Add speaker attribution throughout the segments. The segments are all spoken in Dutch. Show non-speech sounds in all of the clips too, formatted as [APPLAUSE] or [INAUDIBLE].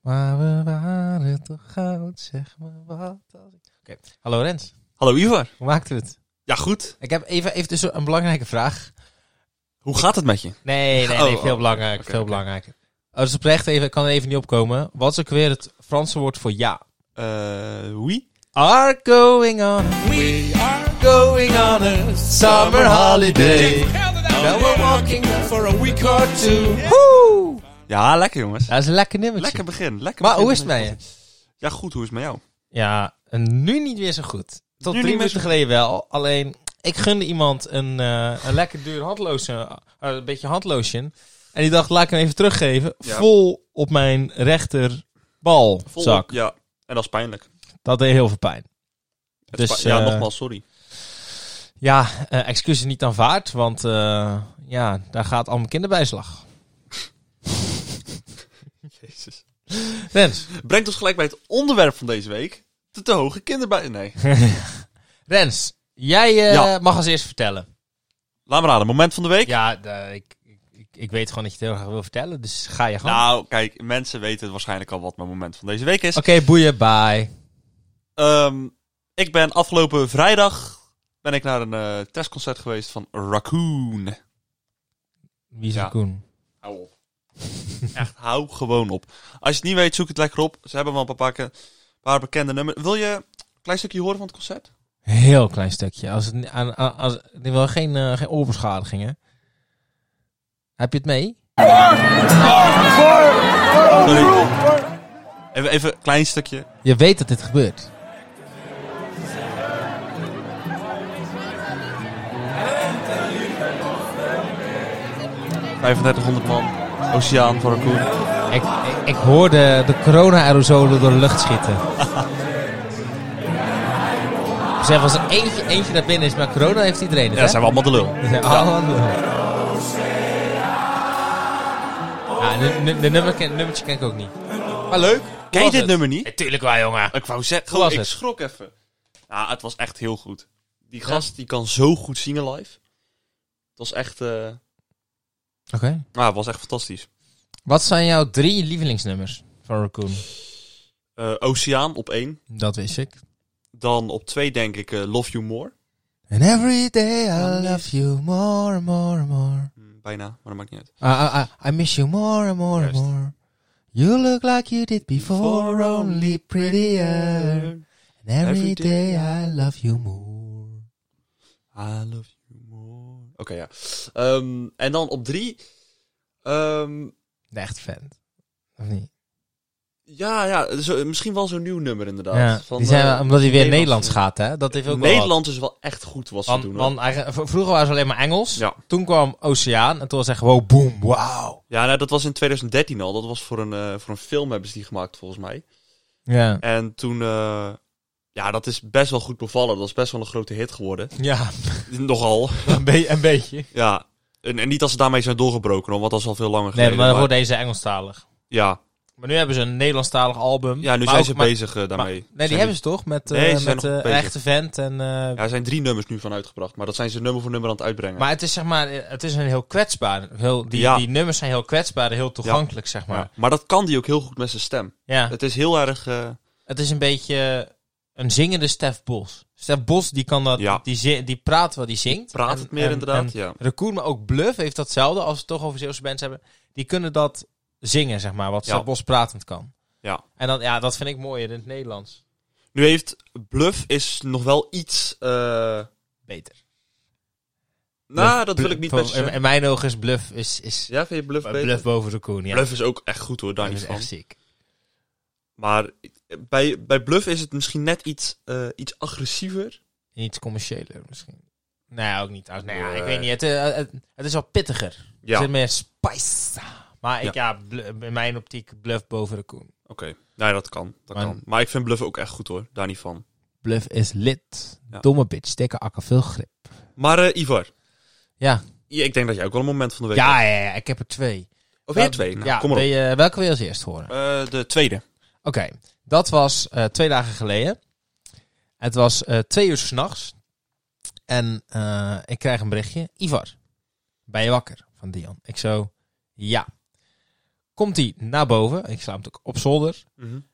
Speaker 1: Maar we waren toch goud, zeg me wat. Als ik... Oké, hallo Rens.
Speaker 2: Hallo Ivar.
Speaker 1: Hoe maakt het? het?
Speaker 2: Ja, goed.
Speaker 1: Ik heb even, even tussen een belangrijke vraag.
Speaker 2: Hoe gaat het met je?
Speaker 1: Nee, nee, nee,
Speaker 2: Oh,
Speaker 1: veel
Speaker 2: oh,
Speaker 1: belangrijker,
Speaker 2: oké,
Speaker 1: veel
Speaker 2: oké.
Speaker 1: belangrijker. Oh, dus oprecht even, ik kan er even niet opkomen. Wat is ook weer het Franse woord voor ja?
Speaker 2: Eh, oui.
Speaker 1: Are going on,
Speaker 3: We are
Speaker 1: going on a summer holiday. Now we're walking
Speaker 3: for a week or two.
Speaker 1: Woe!
Speaker 2: Ja, lekker jongens.
Speaker 1: Dat is een lekker nummertje.
Speaker 2: Lekker begin. Lekker
Speaker 1: Maar
Speaker 2: begin
Speaker 1: hoe is het
Speaker 2: van
Speaker 1: met je?
Speaker 2: deze podcast. Ja, goed. Hoe is het met jou?
Speaker 1: Ja, en nu niet meer zo goed. Tot
Speaker 2: Nu
Speaker 1: drie
Speaker 2: niet meer zo
Speaker 1: minuten geleden wel. Alleen, ik gunde iemand een, eh, een lekker duur handlotion, eh, een beetje handlotion. En die dacht, laat ik hem even teruggeven.
Speaker 2: Ja.
Speaker 1: Vol op mijn rechterbalzak.
Speaker 2: Ja. En dat is pijnlijk.
Speaker 1: Dat deed heel veel pijn.
Speaker 2: Het
Speaker 1: Dus,
Speaker 2: is pa- ja,
Speaker 1: eh,
Speaker 2: nogmaals, sorry.
Speaker 1: Ja, eh excuses niet aanvaard, want eh, ja, daar gaat al mijn kinderbijslag.
Speaker 2: [LAUGHS] Jezus. [LAUGHS]
Speaker 1: Rens,
Speaker 2: Brengt ons gelijk bij het onderwerp van deze week. De te hoge kinderbij... Nee. [LAUGHS]
Speaker 1: Rens, jij eh,
Speaker 2: Ja.
Speaker 1: mag als eerst vertellen.
Speaker 2: Laat me raden. Moment van de week.
Speaker 1: [LAUGHS] Ja, de- ik, ik, ik weet gewoon dat je het heel graag wil vertellen, dus ga je gang.
Speaker 2: Nou, kijk. Mensen weten waarschijnlijk al wat mijn moment van deze week is.
Speaker 1: Oké, boeien, bye.
Speaker 2: Ehm, ik ben afgelopen vrijdag... Ben ik naar een eh, testconcert geweest van Raccoon.
Speaker 1: Wie is
Speaker 2: Ja.
Speaker 1: ja. Koen?
Speaker 2: Hou [LAUGHS] op. Echt, hou gewoon op. Als je het niet weet, zoek het lekker op. Ze hebben wel een paar, pakken, een paar bekende nummers. Wil je een klein stukje horen van het concert?
Speaker 1: Heel klein stukje. Als het, ni- aan- aan- als, er wel geen, eh geen oorbeschadigingen. Heb je het mee?
Speaker 2: Sorry. Even, even een klein stukje.
Speaker 1: Je weet dat dit gebeurt.
Speaker 2: honderd man. Oceaan voor Raccoon.
Speaker 1: Ik, ik, ik hoorde de corona-aerosolen door de lucht
Speaker 2: [LAUGHS]
Speaker 1: schieten. zeg, als er eentje, eentje naar binnen is, maar corona heeft iedereen het,
Speaker 2: Ja,
Speaker 1: hè?
Speaker 2: dat zijn we allemaal de lul.
Speaker 1: Dat zijn allemaal... Ja, de, de, de nummer ken, nummertje ken ik ook niet.
Speaker 2: Maar leuk. Ken je
Speaker 1: was
Speaker 2: dit
Speaker 1: het?
Speaker 2: nummer niet?
Speaker 1: Natuurlijk wel, jongen.
Speaker 2: Ik wou zeggen,
Speaker 1: Hoe was
Speaker 2: ik
Speaker 1: het?
Speaker 2: schrok even. Ja, het was echt heel goed. Die gast die kan zo goed zingen live. Het was echt, eh,
Speaker 1: Oké.
Speaker 2: nou, het was echt fantastisch.
Speaker 1: Wat zijn jouw drie lievelingsnummers van Raccoon?
Speaker 2: Eh, Oceaan op één.
Speaker 1: Dat wist ik.
Speaker 2: Dan op twee denk ik eh, Love You More.
Speaker 1: And every day I love you more and more and more.
Speaker 2: Hm, Bijna, maar dat maakt niet uit.
Speaker 1: I, I, I- I miss you more and more
Speaker 2: Juist.
Speaker 1: and more. You look like you did before, only prettier. And every
Speaker 2: Every day
Speaker 1: day I love you more.
Speaker 2: I love you more. Oké, ja. Ehm, en dan op drie. ehm,
Speaker 1: Echt fan. Of niet?
Speaker 2: ja, ja zo, misschien wel zo'n nieuw nummer inderdaad.
Speaker 1: Ja,
Speaker 2: Van,
Speaker 1: die zijn,
Speaker 2: eh,
Speaker 1: omdat hij weer
Speaker 2: Nederlands-
Speaker 1: Nederlands gaat, hè? Dat heeft ook wel wat.
Speaker 2: Nederland is wel echt goed wat ze
Speaker 1: Want-
Speaker 2: doen. hoor.
Speaker 1: want eigenlijk- v- vroeger waren ze alleen maar Engels.
Speaker 2: Ja.
Speaker 1: Toen kwam Oceaan. En toen was echt wow, boom, wauw.
Speaker 2: Ja, nou, dat was in 2013 al. Dat was voor een, eh, voor een film hebben ze die gemaakt volgens mij.
Speaker 1: Ja.
Speaker 2: En toen... eh, ja, dat is best wel goed bevallen. Dat is best wel een grote hit geworden. [LAUGHS]
Speaker 1: Ja,
Speaker 2: Nogal.
Speaker 1: een, be- een beetje.
Speaker 2: Ja. En, en niet dat ze daarmee zijn doorgebroken, hoor, want dat is al veel langer
Speaker 1: Nee,
Speaker 2: geleden.
Speaker 1: maar dan
Speaker 2: maar-
Speaker 1: wordt deze Engelstalig.
Speaker 2: ja.
Speaker 1: Maar nu hebben ze een Nederlandstalig album.
Speaker 2: ja, nu
Speaker 1: Maar
Speaker 2: zijn
Speaker 1: ook-
Speaker 2: ze
Speaker 1: maar-
Speaker 2: bezig eh, daarmee.
Speaker 1: maar- nee, die
Speaker 2: Zijn
Speaker 1: hebben ze toch? Met, eh
Speaker 2: Nee, ze zijn
Speaker 1: met
Speaker 2: nog
Speaker 1: eh,
Speaker 2: bezig.
Speaker 1: Echte Vent. En, eh,
Speaker 2: Ja, er zijn drie nummers nu van uitgebracht, maar dat zijn ze nummer voor nummer aan het uitbrengen.
Speaker 1: Maar het is zeg maar, eh, het is een heel kwetsbaar. Heel, die,
Speaker 2: Ja.
Speaker 1: die nummers zijn heel kwetsbaar, heel toegankelijk, zeg
Speaker 2: Ja.
Speaker 1: maar.
Speaker 2: maar dat kan die ook heel goed met zijn stem.
Speaker 1: Ja.
Speaker 2: Het is heel erg. eh,
Speaker 1: Het is een beetje een zingende Stef Bos. Stef Bos die kan dat,
Speaker 2: Ja.
Speaker 1: die, zi- die praat wat die zingt.
Speaker 2: praat
Speaker 1: En-
Speaker 2: het meer
Speaker 1: en-
Speaker 2: inderdaad.
Speaker 1: en
Speaker 2: ja.
Speaker 1: Raccoon, maar ook Bluff heeft datzelfde. Als we het toch over Zeeuwse bands hebben. Die kunnen dat zingen, zeg maar. Wat
Speaker 2: Ja.
Speaker 1: Stef Bos pratend kan.
Speaker 2: Ja.
Speaker 1: En dan, ja, dat vind ik mooier in het Nederlands.
Speaker 2: Nu heeft Bluff is nog wel iets. eh,
Speaker 1: Beter.
Speaker 2: nou, dat wil ik niet met je
Speaker 1: in,
Speaker 2: zeggen.
Speaker 1: in mijn ogen is Bluff is, is,
Speaker 2: Ja, vind je Bluff beter?
Speaker 1: Bluff boven de koen, ja.
Speaker 2: Bluff is ook echt goed hoor, daar
Speaker 1: Dat
Speaker 2: niet
Speaker 1: is
Speaker 2: van.
Speaker 1: echt ziek.
Speaker 2: Maar eh, bij, bij Bluff is het misschien net iets, eh, iets agressiever.
Speaker 1: En iets commerciëler misschien. Nee, ook niet. Nou ja, ik
Speaker 2: Nee.
Speaker 1: weet niet. Het, eh, het, het is wel pittiger. Er
Speaker 2: Ja,
Speaker 1: zit meer spice. Maar ik, ja, blu- in mijn optiek Bluff boven de koen.
Speaker 2: oké. Nou, ja, dat kan. Dat
Speaker 1: Maar-
Speaker 2: kan. Maar ik vind Bluff ook echt goed hoor, daar niet van.
Speaker 1: Bluff is lid.
Speaker 2: Ja.
Speaker 1: Domme bitch, dikke akker, veel grip.
Speaker 2: Maar eh, Ivar,
Speaker 1: Ja.
Speaker 2: ja, ik denk dat jij ook wel een moment van de week
Speaker 1: Ja,
Speaker 2: hebt.
Speaker 1: ja, ja, ik heb er twee.
Speaker 2: Of weer
Speaker 1: Wel-
Speaker 2: twee? Nou,
Speaker 1: ja,
Speaker 2: kom maar op.
Speaker 1: wil je- welke wil je als eerst horen?
Speaker 2: Eh, de tweede.
Speaker 1: Oké, dat was eh, twee dagen geleden. Het was eh, twee uur s'nachts. En eh, ik krijg een berichtje. Ivar, ben je wakker? Van Dion. Ik zo, Ja. Komt hij naar boven. Ik sla hem natuurlijk op zolder.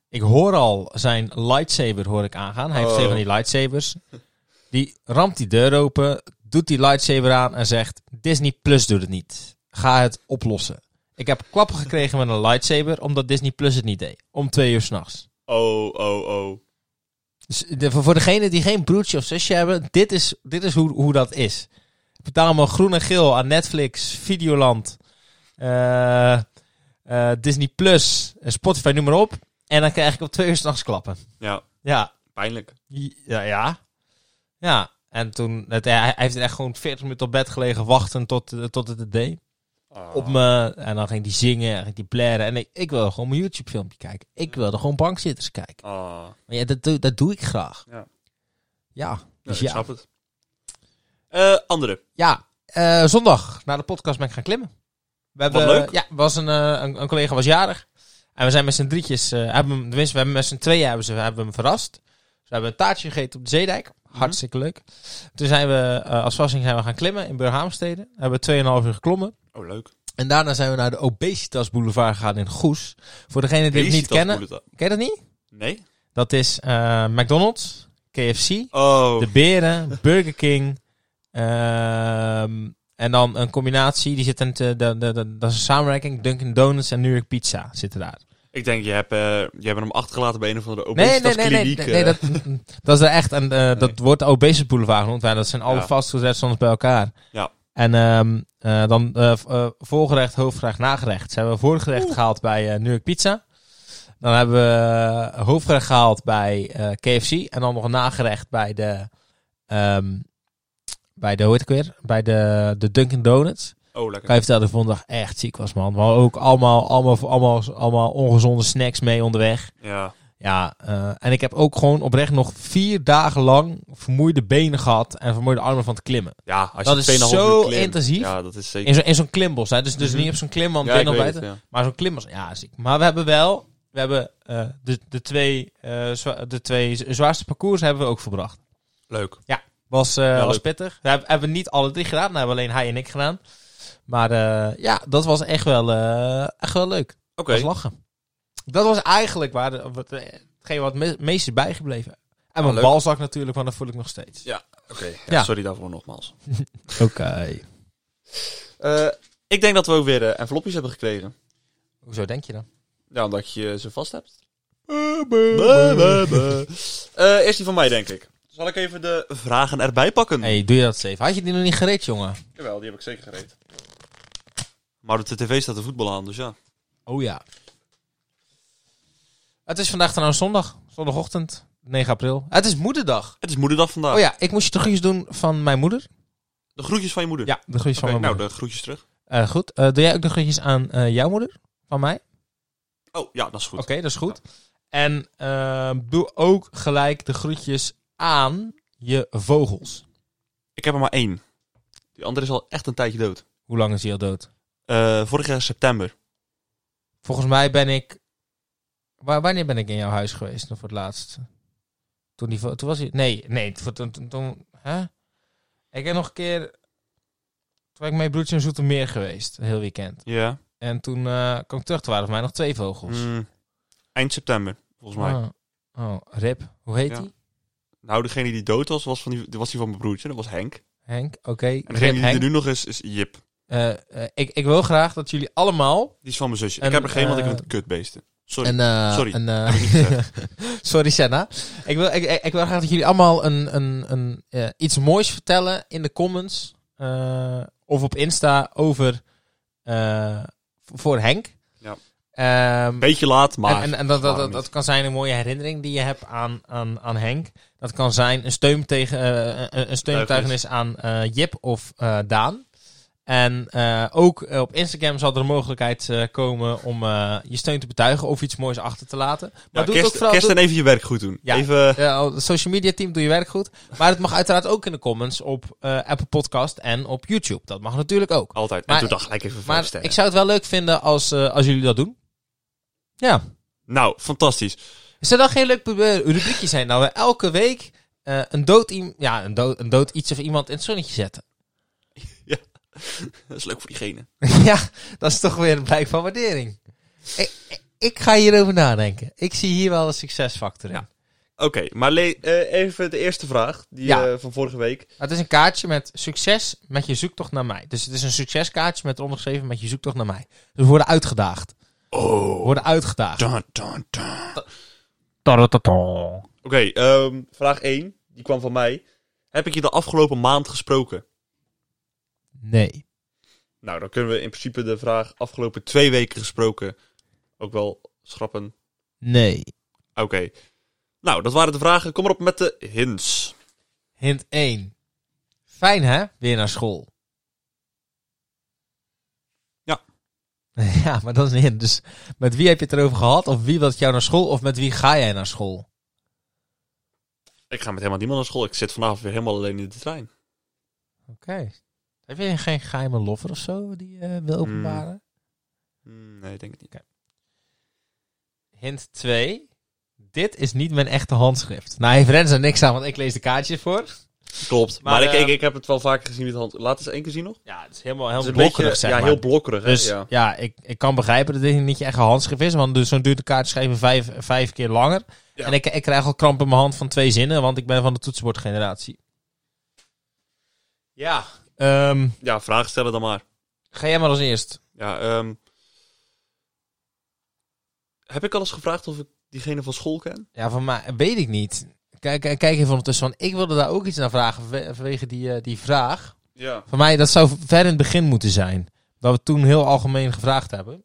Speaker 1: Ik hoor al zijn lightsaber hoor ik aangaan. Hij heeft
Speaker 2: Oh.
Speaker 1: twee van die lightsabers. Die ramt die deur open, doet die lightsaber aan en zegt... Disney Plus doet het niet. Ga het oplossen. Ik heb klappen gekregen met een lightsaber omdat Disney Plus het niet deed. Om twee uur s'nachts.
Speaker 2: Oh, oh, oh.
Speaker 1: Dus de- voor voor degenen die geen broertje of zusje hebben, dit is, dit is hoe, hoe dat is. Betaal maar groen en geel aan Netflix, Videoland, eh, eh, Disney Plus, en Spotify, noem maar op. En dan krijg ik op twee uur s'nachts klappen.
Speaker 2: Ja,
Speaker 1: Ja,
Speaker 2: pijnlijk.
Speaker 1: ja, ja. Ja, en toen, het, hij hij heeft echt gewoon 40 minuten op bed gelegen wachten tot, eh, tot het het deed. Op me, en dan ging die zingen, en ging die blaren. En ik, ik wilde gewoon mijn YouTube filmpje kijken. Ik wilde gewoon bankzitters kijken.
Speaker 2: Ah,
Speaker 1: Maar ja, dat, doe- dat doe ik graag.
Speaker 2: Ja.
Speaker 1: Ja,
Speaker 2: ja,
Speaker 1: dus
Speaker 2: ik
Speaker 1: ja.
Speaker 2: snap het. Eh, andere.
Speaker 1: Ja, eh, zondag na de podcast ben ik gaan klimmen. We hebben,
Speaker 2: Wat leuk.
Speaker 1: Ja, was een, eh, een, een collega was jarig. En we zijn met z'n drietjes, eh, hebben, hem- tenminste, we hebben met z'n tweeën hebben, ze, hebben hem verrast. Dus we hebben een taartje gegeten op de Zeedijk.
Speaker 2: Mhm.
Speaker 1: Hartstikke leuk. Toen zijn we, eh, als verrassing zijn we gaan klimmen in Burghaamstede. Hebben we 2,5 uur geklommen.
Speaker 2: Oh, leuk.
Speaker 1: En daarna zijn we naar de Obesitas Boulevard gegaan in Goes. Voor degenen die het niet
Speaker 2: Obesitas
Speaker 1: kennen.
Speaker 2: boulevard.
Speaker 1: Ken je dat niet?
Speaker 2: Nee?
Speaker 1: Dat is eh, McDonald's, KFC,
Speaker 2: Oh,
Speaker 1: de Beren, Burger King. ehm, en dan een combinatie. Die zit in eh, de, de, de, de- dat is een samenwerking. Dunkin' Donuts en New York Pizza zitten daar.
Speaker 2: ik denk, je hebt, eh, je hebt hem achtergelaten bij een of andere eh.
Speaker 1: Nee, nee,
Speaker 2: obesitas
Speaker 1: nee. nee,
Speaker 2: kliniek.
Speaker 1: nee, nee, dat,
Speaker 2: [LAUGHS]
Speaker 1: dat is er echt. En, eh, Dat wordt de Obesus Boulevard genoemd. want Dat zijn alle
Speaker 2: Ja.
Speaker 1: fastfood restaurants bij elkaar.
Speaker 2: Ja.
Speaker 1: En ehm, eh, dan eh, v- eh, voorgerecht, hoofdgerecht, nagerecht. Ze hebben voorgerecht gehaald bij eh, New York Pizza. Dan hebben we eh, hoofdgerecht gehaald bij eh, KFC. En dan nog een nagerecht bij de... ehm, bij de, hoe heet het ook weer? Bij de, de Dunkin' Donuts.
Speaker 2: Oh,
Speaker 1: Ik
Speaker 2: lekker.
Speaker 1: kan je vertellen dat ik vandaag echt ziek was, man. We hadden ook allemaal, allemaal, allemaal, allemaal ongezonde snacks mee onderweg.
Speaker 2: Ja.
Speaker 1: Ja, eh, en ik heb ook gewoon oprecht nog vier dagen lang vermoeide benen gehad en vermoeide armen van het klimmen.
Speaker 2: ja, als
Speaker 1: Dat
Speaker 2: je
Speaker 1: is
Speaker 2: 2,5 uur
Speaker 1: zo
Speaker 2: klimt.
Speaker 1: intensief.
Speaker 2: Ja, dat is zeker.
Speaker 1: In zo'n in zo'n klimbos, hè. Dus, dus
Speaker 2: Mhm.
Speaker 1: niet op zo'n klimwand
Speaker 2: ja,
Speaker 1: ben je
Speaker 2: ik
Speaker 1: nog
Speaker 2: weet
Speaker 1: buiten.
Speaker 2: het, ja.
Speaker 1: Maar zo'n klimbos, ja, ziek. Maar we hebben wel, we hebben eh, de, de, twee, eh, zwa- de twee z- zwaarste parcours hebben we ook verbracht.
Speaker 2: Leuk.
Speaker 1: Was, eh,
Speaker 2: Ja,
Speaker 1: was
Speaker 2: leuk.
Speaker 1: pittig. We hebben, hebben we niet alle drie gedaan, dat hebben alleen hij en ik gedaan. Maar eh, ja, dat was echt wel, eh, echt wel leuk.
Speaker 2: Oké.
Speaker 1: was lachen. Dat was eigenlijk waar de, wat, eh, hetgeen wat me- het meest is bijgebleven. En mijn
Speaker 2: leuk.
Speaker 1: balzak natuurlijk, want dat voel ik nog steeds.
Speaker 2: Ja, oké. Ja,
Speaker 1: Ja.
Speaker 2: Sorry daarvoor nogmaals.
Speaker 1: Oké.
Speaker 2: Eh, ik denk dat we ook weer eh, envelopjes hebben gekregen.
Speaker 1: Hoezo denk je dan?
Speaker 2: Ja, omdat je ze vast hebt. Bah, bah, bah. Eh, eerst die van mij, denk ik. Zal ik even de vragen erbij pakken?
Speaker 1: hey, doe je dat safe? Had je die nog niet gereed, jongen?
Speaker 2: Jawel, die heb ik zeker gereed. Maar op de tv staat de voetbal aan, dus ja.
Speaker 1: Oh ja. Het is vandaag trouwens zondag. Zondagochtend, 9 april. Het is moederdag.
Speaker 2: Het is moederdag vandaag.
Speaker 1: Oh ja, ik moest je de groetjes doen van mijn moeder.
Speaker 2: De groetjes van je moeder.
Speaker 1: Ja, de groetjes
Speaker 2: Oké,
Speaker 1: van mijn
Speaker 2: nou,
Speaker 1: moeder.
Speaker 2: de groetjes terug.
Speaker 1: Eh, goed. Eh, doe jij ook de groetjes aan eh, jouw moeder? Van mij?
Speaker 2: Oh, ja, dat is goed.
Speaker 1: Oké, dat is goed. En eh, doe ook gelijk de groetjes aan je vogels.
Speaker 2: Ik heb er maar één. Die andere is al echt een tijdje dood.
Speaker 1: Hoe lang is hij al dood?
Speaker 2: Eh, vorig jaar september.
Speaker 1: Volgens mij ben ik... Wa- wanneer ben ik in jouw huis geweest voor het laatst? Toen, die, vo- toen was hij... Nee, nee. Toen, toen, toen, toen- hè? Ik heb nog een keer... Toen ben ik met mijn broertje in Zoetermeer geweest. Een heel weekend.
Speaker 2: Ja.
Speaker 1: En toen eh, kwam ik terug. Toen waren er voor mij nog twee vogels.
Speaker 2: Mm, eind september, volgens mij.
Speaker 1: oh, oh, Rip. Hoe heet
Speaker 2: Ja.
Speaker 1: die?
Speaker 2: Nou, degene die dood was, was, van die, was die van mijn broertje. Dat was Henk.
Speaker 1: Henk? Oké.
Speaker 2: En degene
Speaker 1: Rip
Speaker 2: die
Speaker 1: Henk.
Speaker 2: er nu nog is, is Jip.
Speaker 1: Eh, eh, ik, ik wil graag dat jullie allemaal
Speaker 2: Die is van mijn zusje.
Speaker 1: En,
Speaker 2: ik heb er geen, want ik
Speaker 1: eh,
Speaker 2: vind het kutbeesten. Sorry.
Speaker 1: een, eh,
Speaker 2: Sorry.
Speaker 1: een, eh,
Speaker 2: Heb ik niet gezegd.
Speaker 1: [LAUGHS] sorry Senna. Ik wil, ik, ik, ik wil graag dat jullie allemaal een, een, een, eh, iets moois vertellen in de comments eh, of op Insta over eh, voor Henk.
Speaker 2: Ja.
Speaker 1: Ehm,
Speaker 2: Beetje laat, maar...
Speaker 1: en, en, en dat, dat, dat,
Speaker 2: waarom niet?
Speaker 1: dat kan zijn een mooie herinnering die je hebt aan, aan, aan Henk. Dat kan zijn een, steun tegen, eh, een, een steunbetuigenis aan eh, Jip of eh, Daan. En eh, ook eh, op Instagram zal er een mogelijkheid eh, komen om eh, je steun te betuigen of iets moois achter te laten. Maar
Speaker 2: Ja,
Speaker 1: doe het
Speaker 2: kerst,
Speaker 1: ook vooral.
Speaker 2: kerst
Speaker 1: doe-
Speaker 2: en even je werk goed doen.
Speaker 1: Ja.
Speaker 2: Even...
Speaker 1: eh, al- het social media team, doe je werk goed. Maar het mag uiteraard ook in de comments op eh, Apple Podcast en op YouTube. Dat mag natuurlijk ook.
Speaker 2: Altijd.
Speaker 1: Maar-
Speaker 2: en toen dacht gelijk even vijf
Speaker 1: Maar
Speaker 2: sterren.
Speaker 1: ik zou het wel leuk vinden als, eh, als jullie dat doen. Ja.
Speaker 2: Nou, fantastisch.
Speaker 1: Is er dan geen leuk eh, rubriekje zijn? Nou, we elke week eh, een, dood, iem- ja, een, dood, een dood iets of iemand in het zonnetje zetten.
Speaker 2: Ja. Dat is leuk voor diegene.
Speaker 1: [LAUGHS] ja, dat is toch weer een blijk van waardering. Ik, ik- ik ga hierover nadenken. Ik zie hier wel een succesfactor in.
Speaker 2: Ja. Oké, maar le- eh, even de eerste vraag die,
Speaker 1: Ja.
Speaker 2: eh, van vorige week.
Speaker 1: Nou, Het is een kaartje met succes met je zoektocht naar mij. Dus het is een succeskaartje met ondergeschreven met je zoektocht naar mij. Dus we worden uitgedaagd. We
Speaker 2: Oh.
Speaker 1: worden uitgedaagd.
Speaker 2: Dun, dun, dun.
Speaker 1: Tadatata.
Speaker 2: Oké, ehm, vraag 1, die kwam van mij. Heb ik je de afgelopen maand gesproken?
Speaker 1: Nee.
Speaker 2: Nou, dan kunnen we in principe de vraag afgelopen twee weken gesproken ook wel schrappen.
Speaker 1: Nee.
Speaker 2: Oké. Nou, dat waren de vragen. Kom maar op met de hints.
Speaker 1: Hint 1. Fijn hè? Weer naar school.
Speaker 2: Ja.
Speaker 1: [LAUGHS] Ja, maar dat is een hint. Dus met wie heb je het erover gehad? Of wie wil jou naar school? Of met wie ga jij naar school?
Speaker 2: Ik ga met helemaal niemand naar school. Ik zit vanavond weer helemaal alleen in de trein.
Speaker 1: Oké. Heb je geen geheime lover of zo die eh, wil openbaren?
Speaker 2: Hmm, Nee, ik denk het niet.
Speaker 1: Hint 2. Dit is niet mijn echte handschrift. Nou, heeft Rens er niks aan, want ik lees de kaartjes voor.
Speaker 2: Klopt. Maar, eh,
Speaker 1: Maar,
Speaker 2: ik, ik,
Speaker 1: ehm,
Speaker 2: ik heb het wel vaker gezien met de hand. Laat eens één keer zien nog.
Speaker 1: Ja, het is helemaal,
Speaker 2: Het
Speaker 1: helemaal
Speaker 2: is een
Speaker 1: Nou, blokkerig,
Speaker 2: beetje-
Speaker 1: zeg
Speaker 2: ja,
Speaker 1: maar.
Speaker 2: heel blokkerig. hè?
Speaker 1: Dus ja,
Speaker 2: ja.
Speaker 1: ik, ik kan begrijpen dat dit niet je eigen handschrift is. Want dus zo'n duurt de kaart schrijven vijf, vijf keer langer.
Speaker 2: Ja.
Speaker 1: En ik, ik krijg al kramp in mijn hand van twee zinnen, want ik ben van de toetsenbordgeneratie. Ja. Ehm,
Speaker 2: ja, vragen stellen dan maar.
Speaker 1: ga jij maar als eerst.
Speaker 2: Ja, ehm, heb ik al eens gevraagd of ik diegene van school ken?
Speaker 1: Ja, van mij weet ik niet. Kijk, kijk even ondertussen, want ik wilde daar ook iets naar vragen vanwe- vanwege die, eh, die vraag.
Speaker 2: Ja.
Speaker 1: Voor mij, dat zou ver in het begin moeten zijn. Dat we toen heel algemeen gevraagd hebben.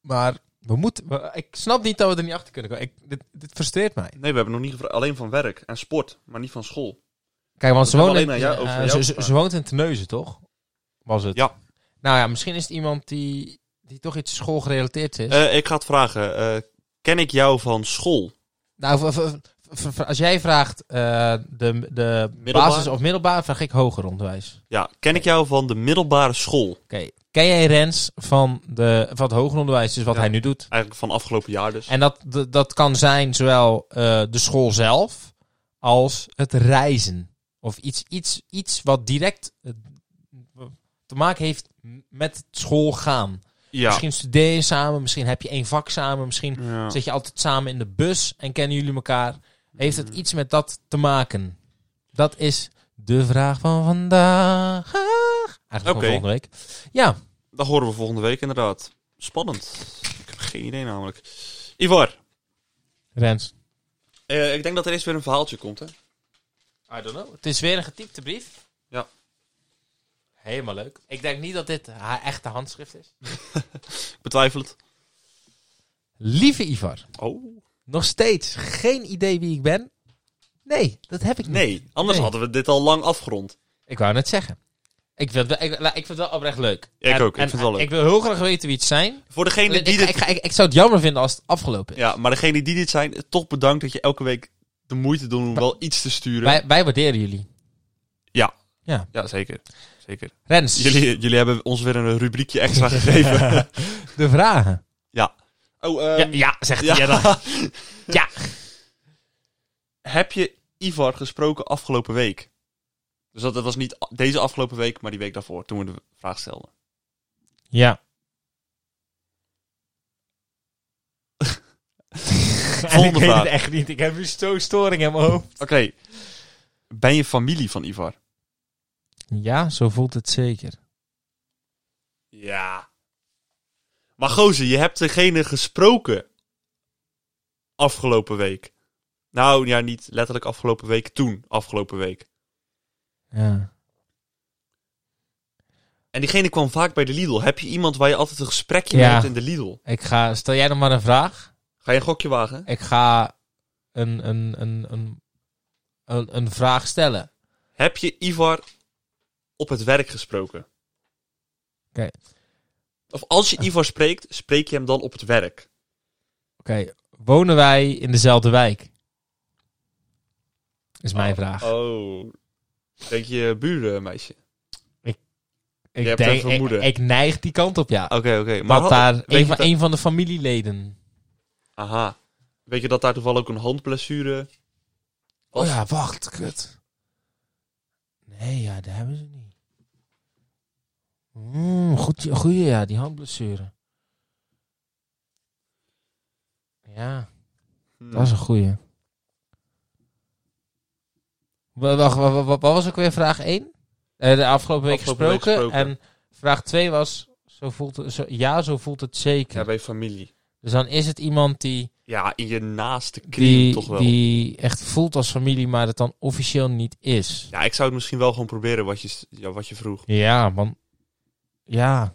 Speaker 1: Maar we moeten... we- ik snap niet dat we er niet achter kunnen komen. Ik, dit, dit frustreert mij.
Speaker 2: Nee, we hebben nog niet gevraagd. Alleen van werk en sport, maar niet van school.
Speaker 1: Kijk, want ze
Speaker 2: hebben
Speaker 1: woont, in,
Speaker 2: we alleen aan jou-
Speaker 1: eh,
Speaker 2: over aan jou
Speaker 1: ze, ze-
Speaker 2: gevraagd.
Speaker 1: ze woont in Terneuzen, toch? Was het?
Speaker 2: Ja.
Speaker 1: Nou ja, misschien is het iemand die, die toch iets schoolgerelateerd is.
Speaker 2: Eh, ik ga het vragen. Eh, ken ik jou van school?
Speaker 1: nou, v- v- v- v- als jij vraagt eh, de, de
Speaker 2: Middelbaar?
Speaker 1: basis of middelbaar, vraag ik hoger onderwijs.
Speaker 2: Ja, ken ik jou van de middelbare school?
Speaker 1: Oké. Ken jij Rens van, de, van het hoger onderwijs, dus wat
Speaker 2: Ja.
Speaker 1: hij nu doet?
Speaker 2: Eigenlijk van afgelopen jaar dus.
Speaker 1: En dat, dat, dat kan zijn zowel eh, de school zelf als het reizen. Of iets, iets, iets wat direct eh, te maken heeft met het school gaan.
Speaker 2: ja.
Speaker 1: Misschien studeer je samen, misschien heb je één vak samen, misschien
Speaker 2: Ja.
Speaker 1: zit je altijd samen in de bus en kennen jullie elkaar. Heeft
Speaker 2: Mm.
Speaker 1: het iets met dat te maken? Dat is de vraag van vandaag. Eigenlijk van
Speaker 2: Oké.
Speaker 1: volgende week. Ja,
Speaker 2: Dat horen we volgende week inderdaad. Spannend. Ik heb geen idee namelijk. Ivar,
Speaker 1: Rens.
Speaker 2: eh, ik denk dat er eerst weer een verhaaltje komt, hè?
Speaker 1: I don't know. Het is weer een getypte brief.
Speaker 2: Ja.
Speaker 1: Helemaal leuk. Ik denk niet dat dit haar echte handschrift is.
Speaker 2: Ik betwijfel het.
Speaker 1: Lieve Ivar,
Speaker 2: Oh.
Speaker 1: nog steeds geen idee wie ik ben? Nee, dat heb ik niet.
Speaker 2: Nee, anders
Speaker 1: Nee.
Speaker 2: hadden we dit al lang afgerond.
Speaker 1: Ik wou net zeggen. Ik vind het wel, ik, la- ik vind het wel oprecht leuk.
Speaker 2: Ja, ik
Speaker 1: En-
Speaker 2: ook. Ik
Speaker 1: en-
Speaker 2: vind het wel leuk.
Speaker 1: Ik wil heel graag weten wie het zijn.
Speaker 2: Voor degene
Speaker 1: Ik,
Speaker 2: die
Speaker 1: ik,
Speaker 2: dit...
Speaker 1: ik, ga- ik, ik zou het jammer vinden als het afgelopen is.
Speaker 2: Ja, maar degene die dit zijn, eh, toch bedankt dat je elke week de moeite doet om wel iets te sturen.
Speaker 1: Wij, wij waarderen jullie.
Speaker 2: Ja.
Speaker 1: Ja.
Speaker 2: Ja, zeker. Zeker.
Speaker 1: Rens,
Speaker 2: Jullie, jullie hebben ons weer een rubriekje extra [LAUGHS] gegeven.
Speaker 1: de vragen.
Speaker 2: ja. Oh, ehm,
Speaker 1: ja, ja, zegt
Speaker 2: ja.
Speaker 1: hij.
Speaker 2: [LAUGHS]
Speaker 1: Ja. dan- ja.
Speaker 2: Heb je Ivar gesproken afgelopen week? Dus dat, dat was niet a- deze afgelopen week, maar die week daarvoor, toen we de vraag stelden.
Speaker 1: [LAUGHS] Ja.
Speaker 2: Volgende
Speaker 1: ik weet
Speaker 2: vraag.
Speaker 1: het echt niet. Ik heb nu zo'n storing in mijn hoofd.
Speaker 2: Oké. Ben je familie van Ivar?
Speaker 1: Ja, zo voelt het zeker.
Speaker 2: Ja. Maar gozer, je hebt degene gesproken afgelopen week. Nou ja, niet letterlijk afgelopen week, toen afgelopen week.
Speaker 1: Ja.
Speaker 2: En diegene kwam vaak bij de Lidl. Heb je iemand waar je altijd een gesprekje mee
Speaker 1: Ja.
Speaker 2: hebt in de Lidl?
Speaker 1: Ik ga, stel jij nog maar een vraag.
Speaker 2: Ga je een gokje wagen?
Speaker 1: Ik ga een, een, een, een, een, een vraag stellen.
Speaker 2: Heb je Ivar op het werk gesproken?
Speaker 1: Oké.
Speaker 2: Of als je Ivar spreekt, spreek je hem dan op het werk?
Speaker 1: Oké, wonen wij in dezelfde wijk? Is mijn vraag.
Speaker 2: Oh. Denk je buurmeisje?
Speaker 1: ik,
Speaker 2: hebt
Speaker 1: denk,
Speaker 2: een vermoeden.
Speaker 1: Ik, ik neig die kant op, ja.
Speaker 2: Oké, oké. Maar
Speaker 1: dat
Speaker 2: had-
Speaker 1: daar
Speaker 2: weet je
Speaker 1: een van,
Speaker 2: dat-
Speaker 1: een van de familieleden.
Speaker 2: Aha. Weet je dat daar toevallig ook een handblessure... was?
Speaker 1: Oh ja, wacht, kut. Nee, ja, daar hebben ze niet. Mm, goed, goeie, ja, die handblessure. Ja,
Speaker 2: hmm,
Speaker 1: dat is een goeie. Wa- Wacht, wa- wa- wa- wat was ook weer vraag 1? de afgelopen week
Speaker 2: Afgelopen week
Speaker 1: gesproken.
Speaker 2: gesproken.
Speaker 1: En vraag 2 was, zo voelt het, zo, ja, zo voelt het zeker.
Speaker 2: Ja, bij familie.
Speaker 1: Dus dan is het iemand die,
Speaker 2: Ja, in je naaste kring toch
Speaker 1: die,
Speaker 2: wel.
Speaker 1: die echt voelt als familie, maar het dan officieel niet is.
Speaker 2: Ja, ik zou het misschien wel gewoon proberen wat je, s- ja, wat je vroeg.
Speaker 1: Ja, want... Ja,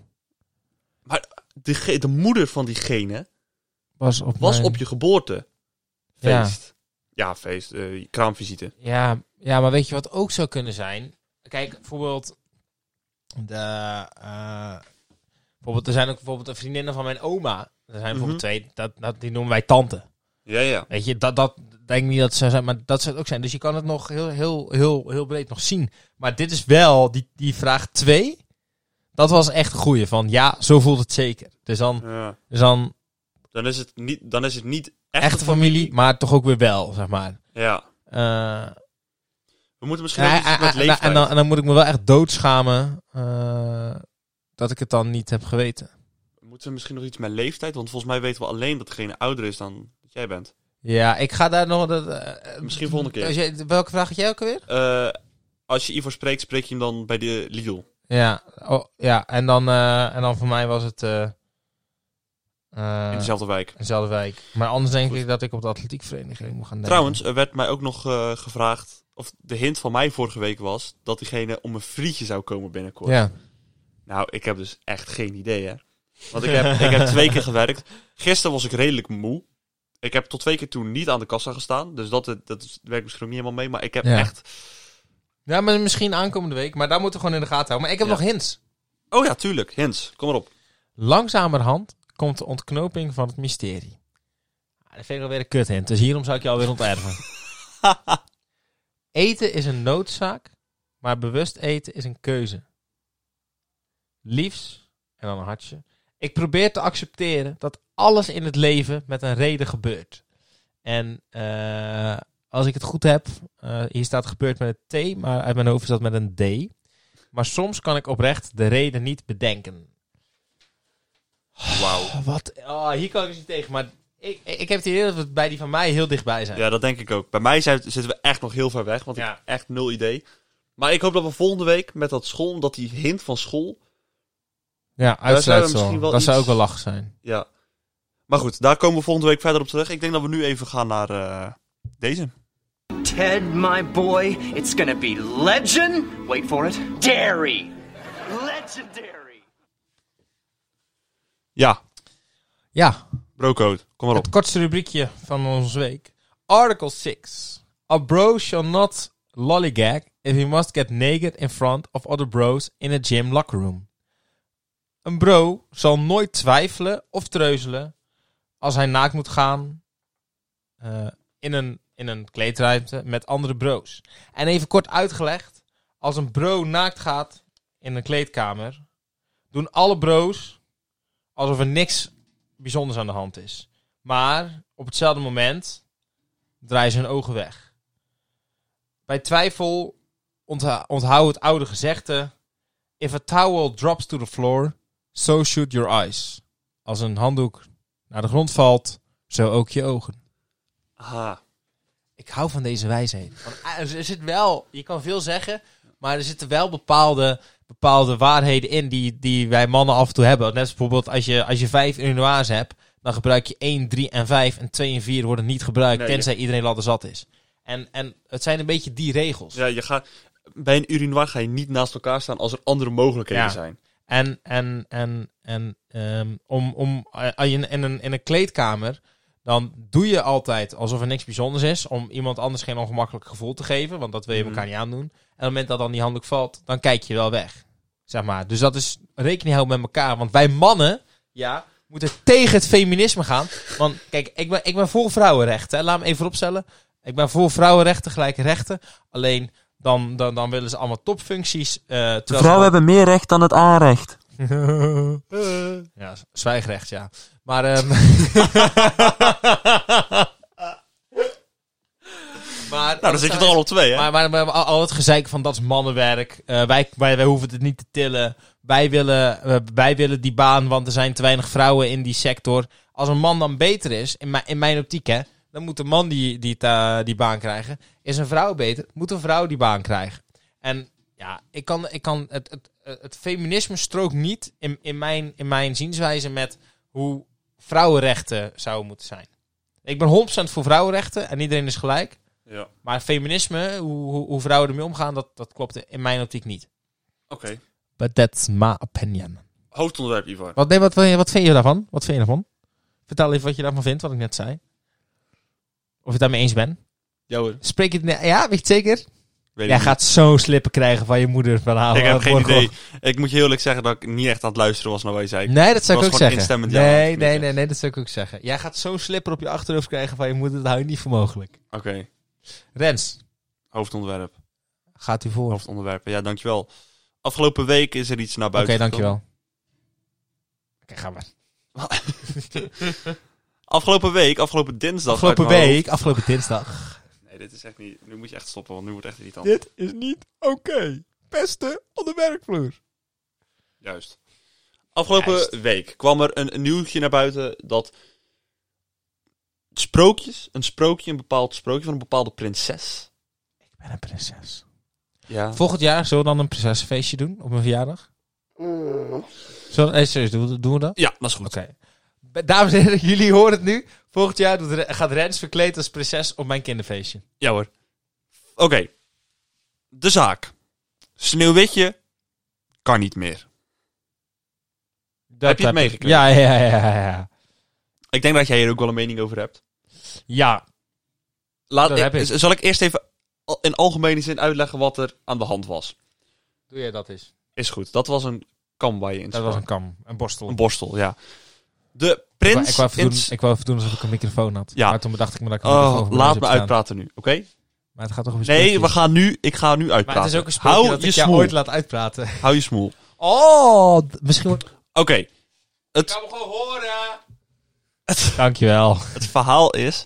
Speaker 2: De, ge- de moeder van diegene
Speaker 1: was op
Speaker 2: was
Speaker 1: mijn-
Speaker 2: op je geboortefeest.
Speaker 1: Ja.
Speaker 2: Ja, feest. eh, kraamvisite.
Speaker 1: Ja, ja, maar weet je wat ook zou kunnen zijn? Kijk, bijvoorbeeld... De, eh, bijvoorbeeld er zijn ook bijvoorbeeld de vriendinnen van mijn oma. Er zijn bijvoorbeeld twee, dat, dat, die noemen wij tante.
Speaker 2: Ja, ja.
Speaker 1: Weet je, dat, dat denk ik niet dat ze zijn, maar dat zou het ook zijn. Dus je kan het nog heel, heel, heel, heel breed nog zien. Maar dit is wel, die, die vraag 2, dat was echt een goeie. Van ja, zo voelt het zeker. Dus dan,
Speaker 2: ja.
Speaker 1: dus dan
Speaker 2: Dan, is het niet, dan is het niet echt.
Speaker 1: echte familie, maar toch ook weer wel, zeg maar.
Speaker 2: Ja.
Speaker 1: Eh,
Speaker 2: We moeten misschien
Speaker 1: Ja,
Speaker 2: ook iets
Speaker 1: en-
Speaker 2: met
Speaker 1: en- en,
Speaker 2: leeftijd.
Speaker 1: en, dan, en dan moet ik me wel echt doodschamen eh, dat ik het dan niet heb geweten.
Speaker 2: Moeten we misschien nog iets met leeftijd? Want volgens mij weten we alleen dat degene ouder is dan dat jij bent.
Speaker 1: Ja, ik ga daar nog... Dat, eh,
Speaker 2: Misschien volgende keer.
Speaker 1: als jij- welke vraag had jij ook alweer?
Speaker 2: Eh, als je Ivo spreekt, spreek je hem dan bij de Lidl.
Speaker 1: Ja, oh, ja en, dan, eh, en dan voor mij was het... eh eh,
Speaker 2: In dezelfde wijk.
Speaker 1: dezelfde wijk. Maar anders denk
Speaker 2: Goed.
Speaker 1: ik dat ik op de atletiekvereniging moet gaan denken.
Speaker 2: Trouwens, er werd mij ook nog eh, gevraagd. Of de hint van mij vorige week was dat diegene om een frietje zou komen binnenkort.
Speaker 1: Ja.
Speaker 2: Nou, ik heb dus echt geen idee, hè. Want ik heb,
Speaker 1: [LAUGHS]
Speaker 2: ik heb twee keer gewerkt. Gisteren was ik redelijk moe. Ik heb tot twee keer toen niet aan de kassa gestaan. Dus dat, dat is- werkt misschien ook niet helemaal mee. Maar ik heb
Speaker 1: Ja.
Speaker 2: echt...
Speaker 1: ja, maar misschien aankomende week. Maar daar moeten we gewoon in de gaten houden. Maar ik heb
Speaker 2: Ja.
Speaker 1: nog hints.
Speaker 2: Oh ja, tuurlijk. Hints, kom erop.
Speaker 1: Langzamerhand komt de ontknoping van het mysterie. Ah, dat vind ik alweer een kut hint, dus hierom zou ik je alweer onterven. eten is een noodzaak, maar bewust eten is een keuze. Liefs, en dan een hartje. Ik probeer te accepteren dat alles in het leven met een reden gebeurt. En eh, als ik het goed heb, eh, hier staat gebeurt met een T, maar uit mijn hoofd is dat met een D. Maar soms kan ik oprecht de reden niet bedenken.
Speaker 2: Wauw.
Speaker 1: Oh, [SIGHS] wat? Oh, hier kan ik dus niet tegen. Maar ik, ik ik heb het idee dat we bij die van mij heel dichtbij zijn.
Speaker 2: Ja, dat denk ik ook. Bij mij zijn, zitten we echt nog heel ver weg, want ik
Speaker 1: Ja.
Speaker 2: heb echt nul idee. Maar ik hoop dat we volgende week met dat school, omdat die hint van school...
Speaker 1: Ja,
Speaker 2: we misschien wel
Speaker 1: Dat zou
Speaker 2: iets-
Speaker 1: ook wel lach zijn.
Speaker 2: Ja. Maar goed, daar komen we volgende week verder op terug. Ik denk dat we nu even gaan naar eh, deze.
Speaker 4: Ted, my boy, it's gonna be legend. Wait for it. Dairy. Legendary.
Speaker 2: Ja,
Speaker 1: Ja,
Speaker 2: brocode. Kom maar op.
Speaker 1: het kortste rubriekje van onze week. Article 6. A bro shall not lollygag if he must get naked in front of other bros in a gym locker room. Een bro zal nooit twijfelen of treuzelen als hij naakt moet gaan eh, in, een, in een kleedruimte met andere bro's. En even kort uitgelegd, als een bro naakt gaat in een kleedkamer, doen alle bro's alsof er niks bijzonders aan de hand is. Maar op hetzelfde moment draaien ze hun ogen weg. Bij twijfel ontha- onthoud het oude gezegde: If a towel drops to the floor, so shoot your eyes. Als een handdoek naar de grond valt, zo ook je ogen.
Speaker 2: Aha.
Speaker 1: Ik hou van deze wijsheid. Want eh, er zit wel, je kan veel zeggen, maar er zitten wel bepaalde, bepaalde waarheden in die, die wij mannen af en toe hebben. Net als bijvoorbeeld als je, als je vijf urinoirs hebt, dan gebruik je 1, 3 en 5 en 2 en 4 worden niet gebruikt,
Speaker 2: Nee,
Speaker 1: tenzij iedereen ladder zat is. En, en het zijn een beetje die regels.
Speaker 2: Ja, je gaat, bij een urinoir ga je niet naast elkaar staan als er andere mogelijkheden
Speaker 1: Ja.
Speaker 2: zijn.
Speaker 1: En, en, en, en ehm, om, om, eh, in, in, een, in een kleedkamer, dan doe je altijd alsof er niks bijzonders is. Om iemand anders geen ongemakkelijk gevoel te geven, want dat wil je
Speaker 2: Mhm.
Speaker 1: elkaar niet aandoen. En op het moment dat dan die handdoek valt, dan kijk je wel weg. Zeg maar. Dus dat is rekening houden met elkaar. Want wij mannen ja, moeten tegen het feminisme gaan. Want kijk, ik ben, ik ben voor vrouwenrechten. hè. Laat me even vooropstellen. Ik ben voor vrouwenrechten, gelijke rechten. Alleen dan, dan, dan willen ze allemaal topfuncties. eh, terwijl ze gewoon-
Speaker 2: hebben meer recht dan het aanrecht.
Speaker 1: [LAUGHS] ja, z- zwijgrecht, ja.
Speaker 2: [LAUGHS]
Speaker 1: Maar, ehm, [LAUGHS] Maar,
Speaker 2: Nou, dan zit je toch al op twee, hè?
Speaker 1: Maar, maar, maar al, al het gezeik van dat is mannenwerk. eh, wij, wij, wij hoeven het niet te tillen. Wij willen, eh, wij willen die baan, want er zijn te weinig vrouwen in die sector. Als een man dan beter is, in, mijn- in mijn optiek hè, dan moet de man die, die, het, eh, die baan krijgen. Is een vrouw beter, moet een vrouw die baan krijgen. En ja, ik kan, ik kan het, het, het feminisme strookt niet in, in, mijn, in mijn zienswijze met hoe vrouwenrechten zouden moeten zijn. Ik ben 100% voor vrouwenrechten en iedereen is gelijk.
Speaker 2: Ja.
Speaker 1: Maar feminisme, hoe, hoe, hoe vrouwen ermee omgaan, dat, dat klopt in mijn optiek niet.
Speaker 2: Oké.
Speaker 1: But that's my opinion.
Speaker 2: Hoofdonderwerp, Ivar.
Speaker 1: Wat, nee, wat, wil je- wat vind je daarvan? Wat vind je daarvan? Vertel even wat je daarvan vindt, wat ik net zei. Of je het daarmee eens bent.
Speaker 2: Ja hoor.
Speaker 1: Spreek je het... ne- Ja, weet je het zeker?
Speaker 2: Weet
Speaker 1: Jij
Speaker 2: ik
Speaker 1: gaat Oh, zo'n slippen krijgen van je moeder vanavond.
Speaker 2: niet. Ik heb geen
Speaker 1: Morgen.
Speaker 2: idee. Ik moet je heel eerlijk zeggen dat ik niet echt aan het luisteren was naar wat je zei.
Speaker 1: Nee, dat zou ik
Speaker 2: was
Speaker 1: ook
Speaker 2: gewoon
Speaker 1: zeggen.
Speaker 2: instemmend ja, dat
Speaker 1: Nee,
Speaker 2: ik
Speaker 1: nee,
Speaker 2: niet
Speaker 1: nee, nee, dat zou ik ook zeggen. Jij gaat zo'n slipper op je achterhoofd krijgen van je moeder, dat hou je niet voor mogelijk.
Speaker 2: Oké.
Speaker 1: Rens,
Speaker 2: Hoofdonderwerp.
Speaker 1: gaat u voor. Oké,
Speaker 2: Hoofdonderwerpen. Ja, dankjewel. Afgelopen week is er iets naar buiten gekomen.
Speaker 1: dankjewel. Oké, ga maar.
Speaker 2: Afgelopen week, afgelopen dinsdag.
Speaker 1: Afgelopen
Speaker 2: uit mijn
Speaker 1: week, afgelopen dinsdag.
Speaker 2: hoofd- Nee, dit is echt niet. Nu moet je echt stoppen, want nu wordt het echt irritant.
Speaker 1: Dit is niet oké. Pesten op de werkvloer.
Speaker 2: Juist. Afgelopen
Speaker 1: Juist.
Speaker 2: week kwam er een, een nieuwtje naar buiten dat sprookjes, een sprookje, een bepaald sprookje van een bepaalde prinses.
Speaker 1: Ik ben een prinses.
Speaker 2: Ja.
Speaker 1: Volgend jaar zullen we dan een prinsessenfeestje doen op mijn verjaardag? Mm. Zullen, nee, serieus, doen we, doen we dat?
Speaker 2: Ja, dat is goed.
Speaker 1: Oké. Be- Dames en heren, jullie horen het nu. Volgend jaar doet Re- gaat Rens verkleed als prinses op mijn kinderfeestje.
Speaker 2: Ja hoor. Oké. De zaak. Sneeuwwitje kan niet meer.
Speaker 1: Dat
Speaker 2: Heb je het meegekregen?
Speaker 1: Ja, ja, ja, ja, ja.
Speaker 2: Ik denk dat jij hier ook wel een mening over hebt.
Speaker 1: Ja,
Speaker 2: Laat,
Speaker 1: Dat
Speaker 2: ik-
Speaker 1: heb ik.
Speaker 2: z- Zal ik eerst even al- in algemene zin uitleggen wat er aan de hand was?
Speaker 1: doe jij dat eens.
Speaker 2: Is goed. Dat was een kambaai in
Speaker 1: Dat was een kam, een borstel.
Speaker 2: een borstel, ja. De
Speaker 1: Ik wou-
Speaker 2: prins...
Speaker 1: ik, wou even
Speaker 2: in
Speaker 1: doen,
Speaker 2: s-
Speaker 1: ik wou even doen alsof ik een microfoon had.
Speaker 2: Ja.
Speaker 1: Maar toen bedacht ik me dat ik een microfoon
Speaker 2: Oh,
Speaker 1: over mijn neus
Speaker 2: laat
Speaker 1: heb
Speaker 2: me
Speaker 1: staan.
Speaker 2: uitpraten nu, oké?
Speaker 1: Maar het gaat toch over
Speaker 2: Nee, we
Speaker 1: sprookjes.
Speaker 2: gaan nu... Ik ga nu uitpraten.
Speaker 1: Maar het is ook een sprookje
Speaker 2: Hou
Speaker 1: dat
Speaker 2: je
Speaker 1: ik jou
Speaker 2: smoel.
Speaker 1: ooit laat uitpraten.
Speaker 2: Hou je smoel. Oké.
Speaker 1: Oh, d- misschien... wordt-
Speaker 2: Het,
Speaker 3: hem gewoon horen.
Speaker 2: het,
Speaker 1: Dankjewel.
Speaker 2: het verhaal is...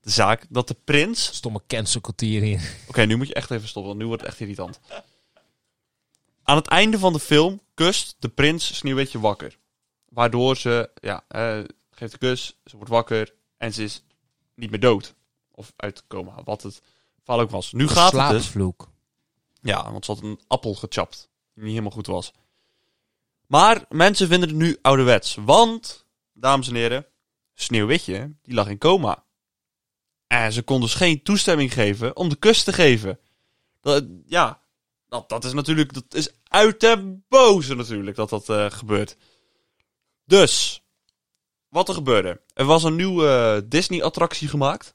Speaker 2: De zaak dat de prins...
Speaker 1: Stomme cancelcultuur hier.
Speaker 2: Oké, nu moet je echt even stoppen, want nu wordt het echt irritant. Aan het einde van de film kust de prins dus Sneeuwwitje wakker. Waardoor ze, ja, eh, geeft de kus, ze wordt wakker en ze is niet meer dood. Of uit coma, wat het verhaal ook was. Nu gaat het dus.
Speaker 1: Slaapvloek.
Speaker 2: Ja, want ze had een appel gechapt. Die niet helemaal goed was. Maar mensen vinden het nu ouderwets. Want, dames en heren, Sneeuwwitje, die lag in coma. En ze kon dus geen toestemming geven om de kus te geven. Dat, ja, dat, dat is natuurlijk... Dat is uit de boze natuurlijk dat dat eh, gebeurt. Dus, wat er gebeurde. Er was een nieuwe eh, Disney-attractie gemaakt.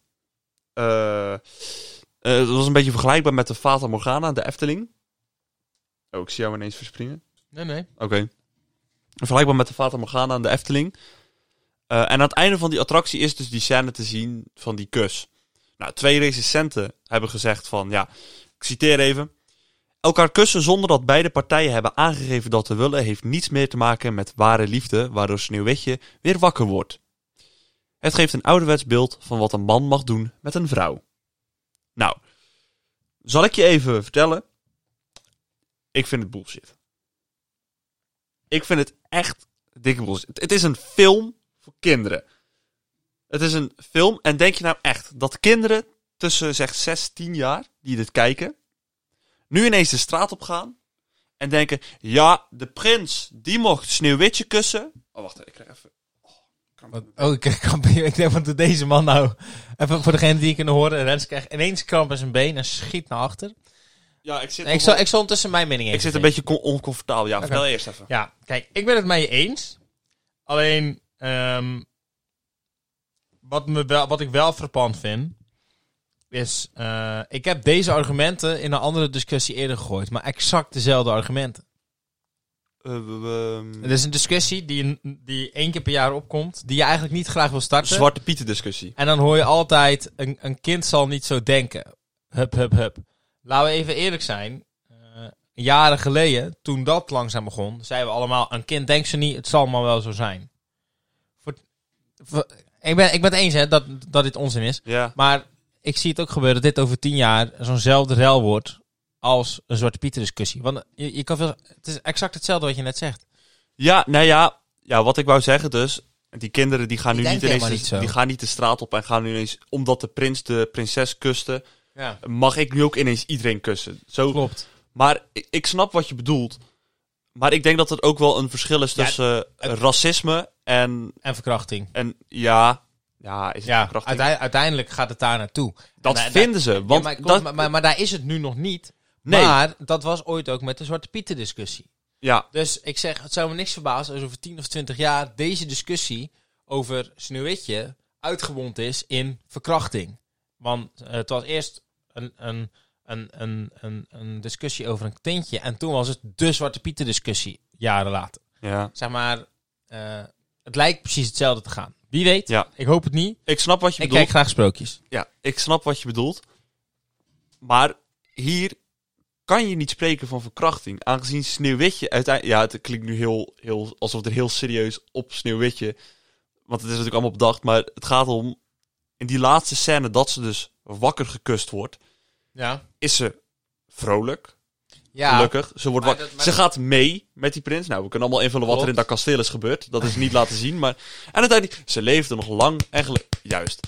Speaker 2: Eh... Eh, het was een beetje vergelijkbaar met de Fata Morgana, de Efteling. Oh, ik zie jou ineens verspringen.
Speaker 1: Nee, nee.
Speaker 2: Oké. Vergelijkbaar met de Fata Morgana en de Efteling. Eh, en aan het einde van die attractie is dus die scène te zien van die kus. Nou, twee recensenten hebben gezegd van, ja, ik citeer even. Elkaar kussen zonder dat beide partijen hebben aangegeven dat te willen... heeft niets meer te maken met ware liefde, waardoor Sneeuwwitje weer wakker wordt. Het geeft een ouderwets beeld van wat een man mag doen met een vrouw. Nou, zal ik je even vertellen? Ik vind het bullshit. Ik vind het echt dikke bullshit. Het- Het is een film voor kinderen. Het is een film. En denk je nou echt dat kinderen tussen zeg 6, 10 jaar die dit kijken, nu ineens de straat op gaan en denken: ja, de prins die mocht Sneeuwwitje kussen. Oh, wacht, ik krijg even.
Speaker 1: Wat- Oh, ik [LAUGHS] krijg kramp in je- Ik denk, wat doet deze man nou? Even voor degene die je kunnen horen. Rens krijgt ineens kramp in zijn been en schiet naar achter.
Speaker 2: Ja, ik zit,
Speaker 1: Nee, ik, zal, ik zal ondertussen mijn mening
Speaker 2: ik
Speaker 1: even
Speaker 2: zit een
Speaker 1: geven.
Speaker 2: beetje con- oncomfortabel. Ja, vertel eerst even.
Speaker 1: Ja, kijk, ik ben het met je eens. Alleen, ehm, wat, me wel, wat ik wel verpand vind, is... eh, ik heb deze argumenten in een andere discussie eerder gegooid. Maar exact dezelfde argumenten.
Speaker 2: Eh, we- we-
Speaker 1: Het is een discussie die, die één keer per jaar opkomt, die je eigenlijk niet graag wil starten.
Speaker 2: Zwarte Pieten discussie.
Speaker 1: En dan hoor je altijd, een, een kind zal niet zo denken. Hup, hup, hup. Laten we even eerlijk zijn. eh, jaren geleden, toen dat langzaam begon, zeiden we allemaal, een kind denkt zo niet, het zal maar wel zo zijn. Voor, voor- ik, ben, ik ben het eens hè, dat, dat dit onzin is.
Speaker 2: Ja.
Speaker 1: Maar ik zie het ook gebeuren dat dit over tien jaar zo'nzelfde rel wordt als een Zwarte Pieter discussie. Want je, je kan veel, het is exact hetzelfde wat je net zegt.
Speaker 2: Ja, nou ja, ja, wat ik wou zeggen dus. Die kinderen die gaan
Speaker 1: Ik
Speaker 2: nu
Speaker 1: denk
Speaker 2: niet ineens
Speaker 1: helemaal
Speaker 2: de-
Speaker 1: niet zo.
Speaker 2: die gaan niet de straat op en gaan nu ineens, omdat de prins de prinses kuste,
Speaker 1: Ja,
Speaker 2: mag ik nu ook ineens iedereen kussen. Zo,
Speaker 1: klopt.
Speaker 2: maar ik, ik snap wat je bedoelt. Maar ik denk dat er ook wel een verschil is
Speaker 1: Ja,
Speaker 2: tussen eh, racisme en,
Speaker 1: En verkrachting.
Speaker 2: en ja, ja, is het
Speaker 1: Ja,
Speaker 2: verkrachting?
Speaker 1: uitei- uiteindelijk gaat het daar naartoe.
Speaker 2: Dat
Speaker 1: En, eh,
Speaker 2: vinden ze.
Speaker 1: Ja,
Speaker 2: want
Speaker 1: maar, klopt,
Speaker 2: dat,
Speaker 1: maar, maar, maar daar is het nu nog niet.
Speaker 2: Nee.
Speaker 1: Maar dat was ooit ook met de Zwarte Pieter discussie.
Speaker 2: ja,
Speaker 1: Dus ik zeg, het zou me niks verbazen als over 10 of 20 jaar deze discussie over Sneeuwwitje uitgewond is in verkrachting. Want eh, het was eerst een, een, een, een, een, een discussie over een tintje en toen was het de Zwarte Pieter discussie jaren later.
Speaker 2: ja,
Speaker 1: Zeg maar, eh, het lijkt precies hetzelfde te gaan. Wie weet,
Speaker 2: ja.
Speaker 1: ik hoop het niet.
Speaker 2: Ik snap wat je
Speaker 1: Ik
Speaker 2: bedoelt.
Speaker 1: kijk graag sprookjes.
Speaker 2: ja, ik snap wat je bedoelt. Maar hier kan je niet spreken van verkrachting. Aangezien Sneeuwwitje uiteindelijk... Ja, het klinkt nu heel, heel, alsof er heel serieus op Sneeuwwitje... Want het is natuurlijk allemaal bedacht. Maar het gaat om... In die laatste scène dat ze dus wakker gekust wordt...
Speaker 1: Ja.
Speaker 2: Is ze vrolijk,
Speaker 1: Ja,
Speaker 2: gelukkig. Ze, wordt
Speaker 1: Maar dat-
Speaker 2: wakker.
Speaker 1: maar
Speaker 2: ze
Speaker 1: dat-
Speaker 2: gaat mee met die prins. Nou, we kunnen allemaal invullen wat er in
Speaker 1: Klopt.
Speaker 2: dat kasteel is gebeurd. Dat is niet laten zien. Maar... En uiteindelijk... Ze leefde nog lang en gelu- Juist.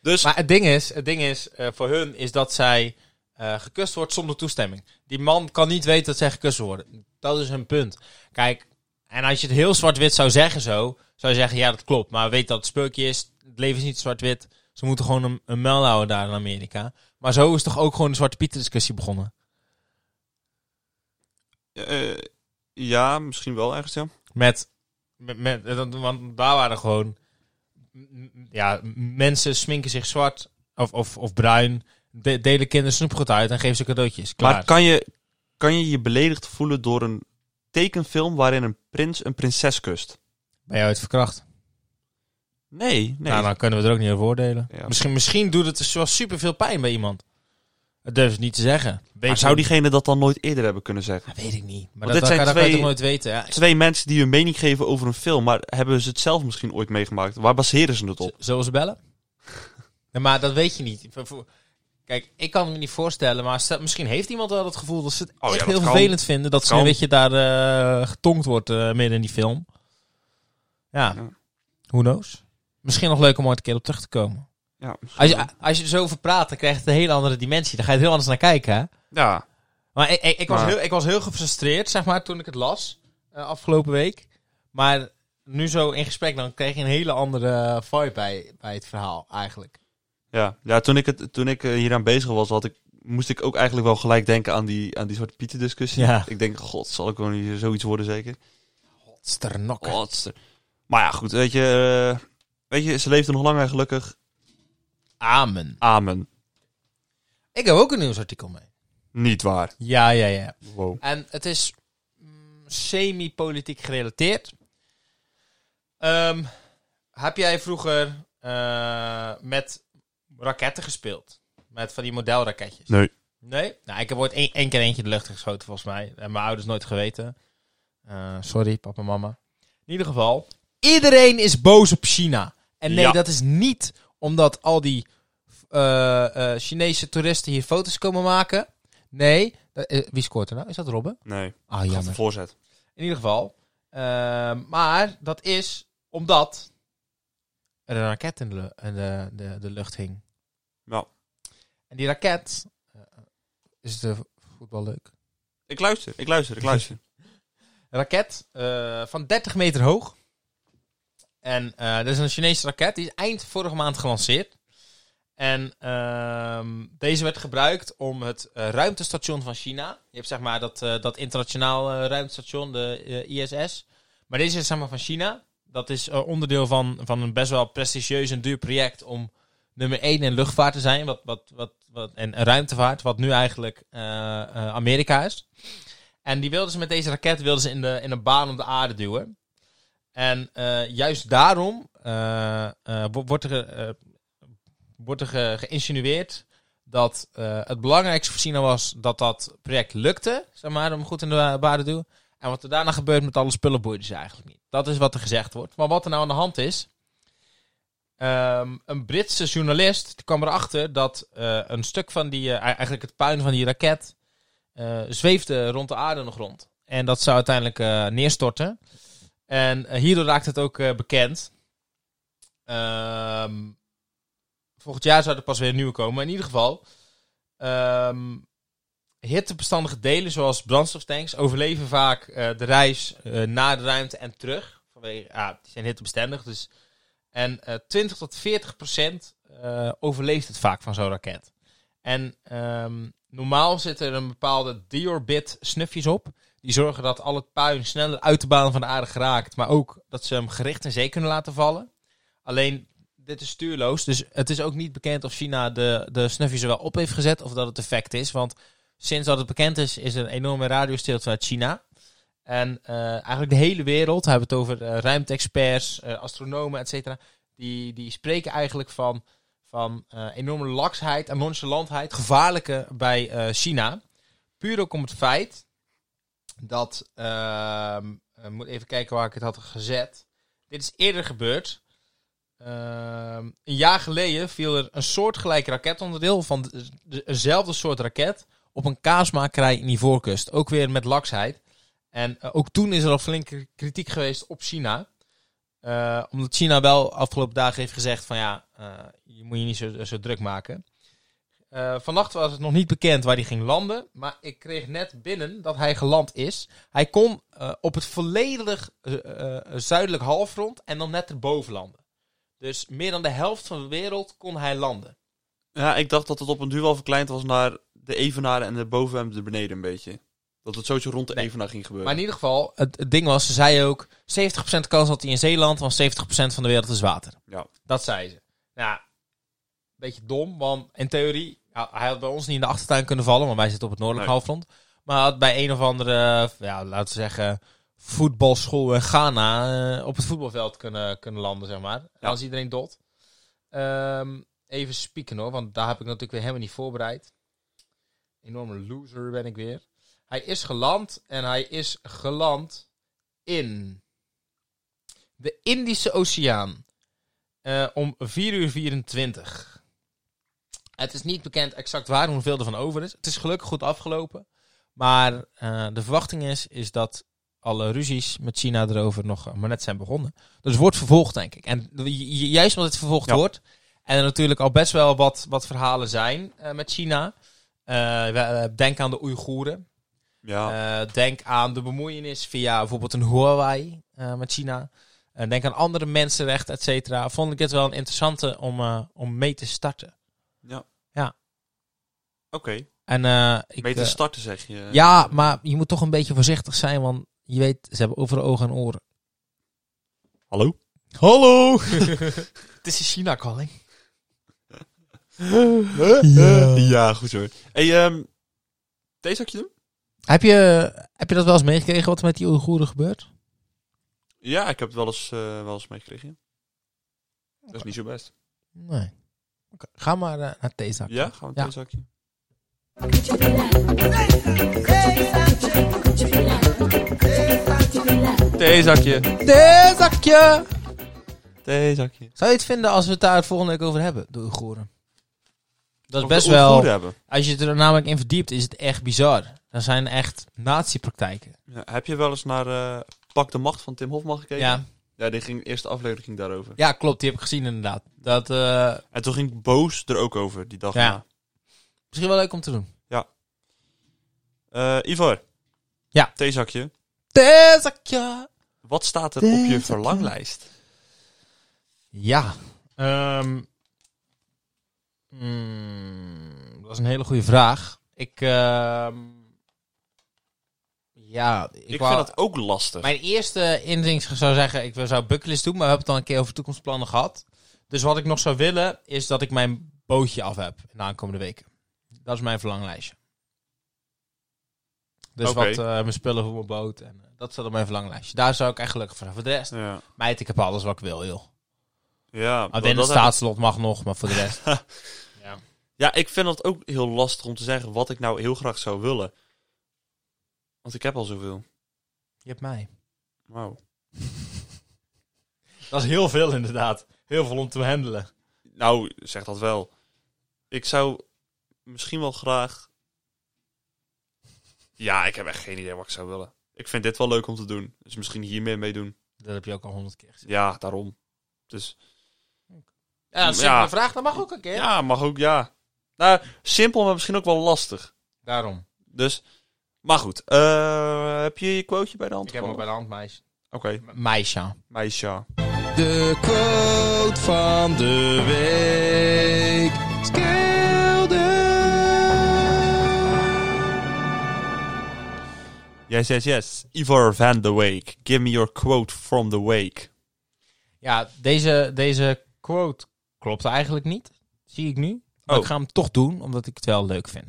Speaker 2: Dus...
Speaker 1: Maar het ding is, het ding is eh, voor hun is dat zij eh, gekust wordt zonder toestemming. Die man kan niet weten dat zij gekust worden. Dat is hun punt. Kijk, en als je het heel zwart-wit zou zeggen zo, zou je zeggen, ja dat klopt. Maar weet dat het speukje is, het leven is niet zwart-wit. Ze moeten gewoon een, een mel houden daar in Amerika. Maar zo is toch ook gewoon de Zwarte Pieter discussie begonnen.
Speaker 2: Eh, ja, misschien wel ergens, ja.
Speaker 1: Met, met, met- eh, dat- want daar waren gewoon, m- m- ja, m- mensen sminken zich zwart of, of, of bruin. de- delen kinderen snoepgoed uit en geven ze cadeautjes. Klaar.
Speaker 2: Maar kan je, kan je je beledigd voelen door een tekenfilm waarin een prins een prinses kust?
Speaker 1: Ben jij ooit verkracht?
Speaker 2: Nee, nee.
Speaker 1: Nou, dan kunnen we er ook niet over oordelen.
Speaker 2: Ja.
Speaker 1: Misschien, misschien doet het dus wel superveel pijn bij iemand. Dat durf ik niet te zeggen. Weet
Speaker 2: maar
Speaker 1: ik
Speaker 2: zou
Speaker 1: niet.
Speaker 2: diegene dat dan nooit eerder hebben kunnen zeggen?
Speaker 1: Ja, weet ik niet. Maar
Speaker 2: dit
Speaker 1: dat, dat,
Speaker 2: zijn
Speaker 1: kan, dat kan je
Speaker 2: twee-
Speaker 1: toch nooit weten. Ja.
Speaker 2: Twee mensen die hun mening geven over een film, maar hebben ze het zelf misschien ooit meegemaakt? Waar baseren ze het op?
Speaker 1: Z- Zullen we ze [LAUGHS] bellen? nee, maar dat weet je niet. Voor- voor- Kijk, ik kan het me niet voorstellen, maar stel- misschien heeft iemand wel het gevoel dat ze het
Speaker 2: Oh ja,
Speaker 1: echt
Speaker 2: dat
Speaker 1: heel
Speaker 2: kan.
Speaker 1: vervelend vinden dat ze
Speaker 2: kan.
Speaker 1: een beetje daar eh, getongd wordt eh, midden in die film. Ja,
Speaker 2: Ja.
Speaker 1: who knows? Misschien nog leuk om ooit een keer op terug te komen.
Speaker 2: Ja,
Speaker 1: Als je, als je er zo over praat, dan krijgt het een hele andere dimensie. Dan ga je er heel anders naar kijken, hè?
Speaker 2: ja.
Speaker 1: Maar ik, ik, ik was
Speaker 2: Maar-
Speaker 1: heel, ik was heel gefrustreerd, zeg maar, toen ik het las eh, afgelopen week. Maar nu zo in gesprek, dan kreeg je een hele andere vibe bij, bij het verhaal eigenlijk.
Speaker 2: Ja, ja toen, ik het, toen ik eh, hieraan bezig was, had ik, moest ik ook eigenlijk wel gelijk denken aan die, aan die soort Pieter-discussie.
Speaker 1: Ja.
Speaker 2: Ik denk, god, zal ik gewoon hier zoiets worden zeker?
Speaker 1: Sternokken.
Speaker 2: Godster. Maar ja, goed, weet je, eh, weet je, ze leefde nog lang en gelukkig.
Speaker 1: Amen.
Speaker 2: Amen.
Speaker 1: Ik heb ook een nieuwsartikel mee.
Speaker 2: Niet waar.
Speaker 1: Ja, ja, ja.
Speaker 2: Wow.
Speaker 1: En het is mm, semi-politiek gerelateerd. Ehm, heb jij vroeger eh, met raketten gespeeld? Met van die modelraketjes?
Speaker 2: Nee.
Speaker 1: Nee? Nou, ik heb ooit één, één keer eentje in de lucht geschoten, volgens mij. En mijn ouders nooit geweten. Eh, sorry, papa en mama. In ieder geval, iedereen is boos op China. En nee,
Speaker 2: Ja.
Speaker 1: dat is niet omdat al die eh, eh, Chinese toeristen hier foto's komen maken. Nee. eh, eh, wie scoort er nou? Is dat Robben?
Speaker 2: Nee.
Speaker 1: Ah,
Speaker 2: Gaat de
Speaker 1: jammer.
Speaker 2: voorzet.
Speaker 1: In ieder geval. eh, maar dat is omdat er een raket in de, lu- in de, de, de lucht hing.
Speaker 2: Nou,
Speaker 1: En die raket... eh, is de voetbal leuk?
Speaker 2: ik luister, ik luister, ik luister.
Speaker 1: Een raket eh, van 30 meter hoog. En eh dat is een Chinese raket. Die is eind vorige maand gelanceerd. En ehm, deze werd gebruikt om het eh, ruimtestation van China. Je hebt zeg maar dat, eh, dat internationaal eh, ruimtestation, de eh, ISS. Maar deze is zeg maar van China. Dat is eh, onderdeel van, van een best wel prestigieus en duur project om nummer 1 in luchtvaart te zijn. Wat, wat, wat, wat, en ruimtevaart, wat nu eigenlijk eh, eh, Amerika is. En die wilden ze met deze raket wilden ze in, de, in een baan om de aarde duwen. En eh, juist daarom eh, eh, wo- wordt er, ge- eh, wordt er ge- geïnsinueerd dat eh, het belangrijkste voor China was dat dat project lukte, zeg maar, om goed in de wa- aarde te duwen. En wat er daarna gebeurt met alle spullen boeide ze eigenlijk niet. Dat is wat er gezegd wordt. Maar wat er nou aan de hand is, eh, Ehm, een Britse journalist die kwam erachter dat eh, een stuk van die, eh, eigenlijk het puin van die raket, eh, zweefde rond de aarde nog rond. En dat zou uiteindelijk eh, neerstorten. En eh, hierdoor raakt het ook eh, bekend. Ehm, volgend jaar zou er pas weer een nieuwe komen. Maar in ieder geval, ehm, hittebestandige delen zoals brandstoftanks overleven vaak eh, de reis eh, naar de ruimte en terug. Vanwege, ja, die zijn hittebestendig, dus en eh, 20 tot 40 procent eh, overleeft het vaak van zo'n raket. En ehm, normaal zit er een bepaalde deorbit snufjes op. Die zorgen dat al het puin sneller uit de baan van de aarde geraakt. Maar ook dat ze hem gericht in zee kunnen laten vallen. Alleen, dit is stuurloos. Dus het is ook niet bekend of China de, de snufjes er wel op heeft gezet. Of dat het effect is. Want sinds dat het bekend is, is er een enorme radiostilte uit China. En eh, eigenlijk de hele wereld, we hebben het over eh, ruimte-experts, eh, astronomen, et cetera. Die, die spreken eigenlijk van, van eh, enorme laksheid en nonchalantheid, gevaarlijke bij eh, China. Puur ook om het feit dat, ehm, eh, moet even kijken waar ik het had gezet. Dit is eerder gebeurd. Ehm, een jaar geleden viel er een soortgelijk raketonderdeel van de- de- dezelfde soort raket op een kaasmakerij in Ivoorkust. Ook weer met laksheid. En eh, ook toen is er al flinke kritiek geweest op China. Eh, omdat China wel afgelopen dagen heeft gezegd van ja, eh, je moet je niet zo, zo druk maken. Eh, vannacht was het nog niet bekend waar hij ging landen. Maar ik kreeg net binnen dat hij geland is. Hij kon eh, op het volledig eh, eh, zuidelijk halfrond en dan net erboven landen. Dus meer dan de helft van de wereld kon hij landen.
Speaker 2: [LAUGHS] Ja, ik dacht dat het op een duel verkleind was naar de evenaren en de boven en de beneden een beetje. Dat het sowieso rond de
Speaker 1: Nee.
Speaker 2: evenaar ging gebeuren.
Speaker 1: Maar in ieder geval, het, het ding was, ze zei ook... 70% kans dat hij in Zeeland, want 70% van de wereld is water.
Speaker 2: Ja.
Speaker 1: Dat zei ze. Nou, ja, beetje dom, want in theorie, ja, hij had bij ons niet in de achtertuin kunnen vallen, want wij zitten op het noordelijk
Speaker 2: Nee.
Speaker 1: halfrond. Maar hij had bij een of andere, eh, ja, laten we zeggen, voetbalschool in Ghana eh, op het voetbalveld kunnen, kunnen landen, zeg maar. En
Speaker 2: Ja.
Speaker 1: Als iedereen dot. Ehm, even spieken hoor, want daar heb ik natuurlijk weer helemaal niet voorbereid. Enorme loser ben ik weer. Hij is geland en hij is geland in de Indische Oceaan. Eh, om 4 uur 24. Het is niet bekend exact waar en hoeveel er van over is. Het is gelukkig goed afgelopen. Maar eh, de verwachting is, is dat alle ruzies met China erover nog eh, maar net zijn begonnen. Dus het wordt vervolgd, denk ik. En ju- ju- juist omdat het vervolgd
Speaker 2: Ja.
Speaker 1: wordt... en er natuurlijk al best wel wat, wat verhalen zijn eh, met China. Eh, we- eh, denk aan de Oeigoeren.
Speaker 2: Ja.
Speaker 1: Eh, denk aan de bemoeienis via bijvoorbeeld een Huawei eh, met China. Eh, denk aan andere mensenrechten, et cetera. Vond ik dit wel een interessante om, eh, om mee te starten.
Speaker 2: Oké.
Speaker 1: En, eh, ik,
Speaker 2: Mee te
Speaker 1: eh,
Speaker 2: starten zeg je.
Speaker 1: ja, maar je moet toch een beetje voorzichtig zijn, want je weet, ze hebben overal ogen en oren.
Speaker 2: Hallo? [LAUGHS]
Speaker 1: Hallo! Het is een China-calling.
Speaker 2: Eh, Ja, goed zo. Hey, ehm deze zakje doen?
Speaker 1: Heb je, heb je dat wel eens meegekregen wat er met die Oeigoeren gebeurt?
Speaker 2: Ja, ik heb het wel eens, eh, wel eens meegekregen. ja. Dat is niet zo best.
Speaker 1: Nee. Oké, Ga maar eh, naar theezak.
Speaker 2: Ja, gaan we
Speaker 1: Ja.
Speaker 2: een theezakje? Theezakje.
Speaker 1: Theezakje!
Speaker 2: Theezakje.
Speaker 1: Zou je het vinden als we het daar het volgende week over hebben, de Oeigoeren? Dat is
Speaker 2: Of
Speaker 1: best
Speaker 2: we het
Speaker 1: wel...
Speaker 2: goed hebben.
Speaker 1: Als je er namelijk in verdiept, is het echt bizar. Er zijn echt nazi-praktijken.
Speaker 2: Ja, heb je wel eens naar eh, Pak de Macht van Tim Hofman gekeken?
Speaker 1: Ja.
Speaker 2: Ja, die ging, de eerste aflevering ging daarover.
Speaker 1: ja, klopt. Die heb ik gezien inderdaad. Dat, eh,
Speaker 2: En toen ging Boos er ook over, die dag
Speaker 1: Ja.
Speaker 2: na.
Speaker 1: misschien wel leuk om te doen.
Speaker 2: Eh, Ivar.
Speaker 1: Ja.
Speaker 2: Theezakje.
Speaker 1: Tezakje!
Speaker 2: Wat staat er op
Speaker 1: Theezakje.
Speaker 2: je verlanglijst?
Speaker 1: Ja. Ehm, mm, dat is een hele goede vraag. Ik... ehm, ja, ik,
Speaker 2: Ik,
Speaker 1: wou-
Speaker 2: vind dat ook lastig.
Speaker 1: Mijn eerste instinct zou zeggen, ik zou bucklist doen, maar we hebben het al een keer over toekomstplannen gehad. Dus wat ik nog zou willen, is dat ik mijn bootje af heb in de aankomende weken. Dat is mijn verlanglijstje. Dus
Speaker 2: Oké.
Speaker 1: wat eh, mijn spullen voor mijn boot, en, eh, dat staat op mijn verlanglijstje. Daar zou ik echt gelukkig voor zijn. Voor de rest,
Speaker 2: Ja.
Speaker 1: meid, ik heb alles wat ik wil, joh.
Speaker 2: Ja, dat-
Speaker 1: Alleen het
Speaker 2: dat heb
Speaker 1: staatslot mag nog, maar voor de [LAUGHS] rest... ja.
Speaker 2: Ja, ik vind dat ook heel lastig om te zeggen wat ik nou heel graag zou willen. Want ik heb al zoveel.
Speaker 1: Je hebt mij.
Speaker 2: Wauw.
Speaker 1: Dat is heel veel inderdaad. Heel veel om te handelen.
Speaker 2: Nou, zeg dat wel. Ik zou misschien wel graag. Ja, ik heb echt geen idee wat ik zou willen. Ik vind dit wel leuk om te doen. Dus misschien hiermee meedoen.
Speaker 1: Dat heb je ook al honderd keer gezien.
Speaker 2: Ja, daarom. Dus
Speaker 1: Ja,
Speaker 2: dat
Speaker 1: dat
Speaker 2: is
Speaker 1: is
Speaker 2: een Ja.
Speaker 1: vraag. Dat mag ook een keer.
Speaker 2: ja, mag ook ja. Nou, simpel, maar misschien ook wel lastig.
Speaker 1: Daarom.
Speaker 2: Dus, maar goed. eh, heb je je quoteje bij de hand?
Speaker 1: Ik heb hem bij
Speaker 2: gevallen?
Speaker 1: de hand, meisje.
Speaker 2: Oké,
Speaker 1: Meisje.
Speaker 2: meisje.
Speaker 1: De quote van de week.
Speaker 2: Yes, yes, yes. Ivor van the Wake. Give me your quote from the Wake.
Speaker 1: Ja, deze, deze quote klopt eigenlijk niet. Zie ik nu. Maar
Speaker 2: Oh.
Speaker 1: ik ga hem toch doen, omdat ik het wel leuk vind.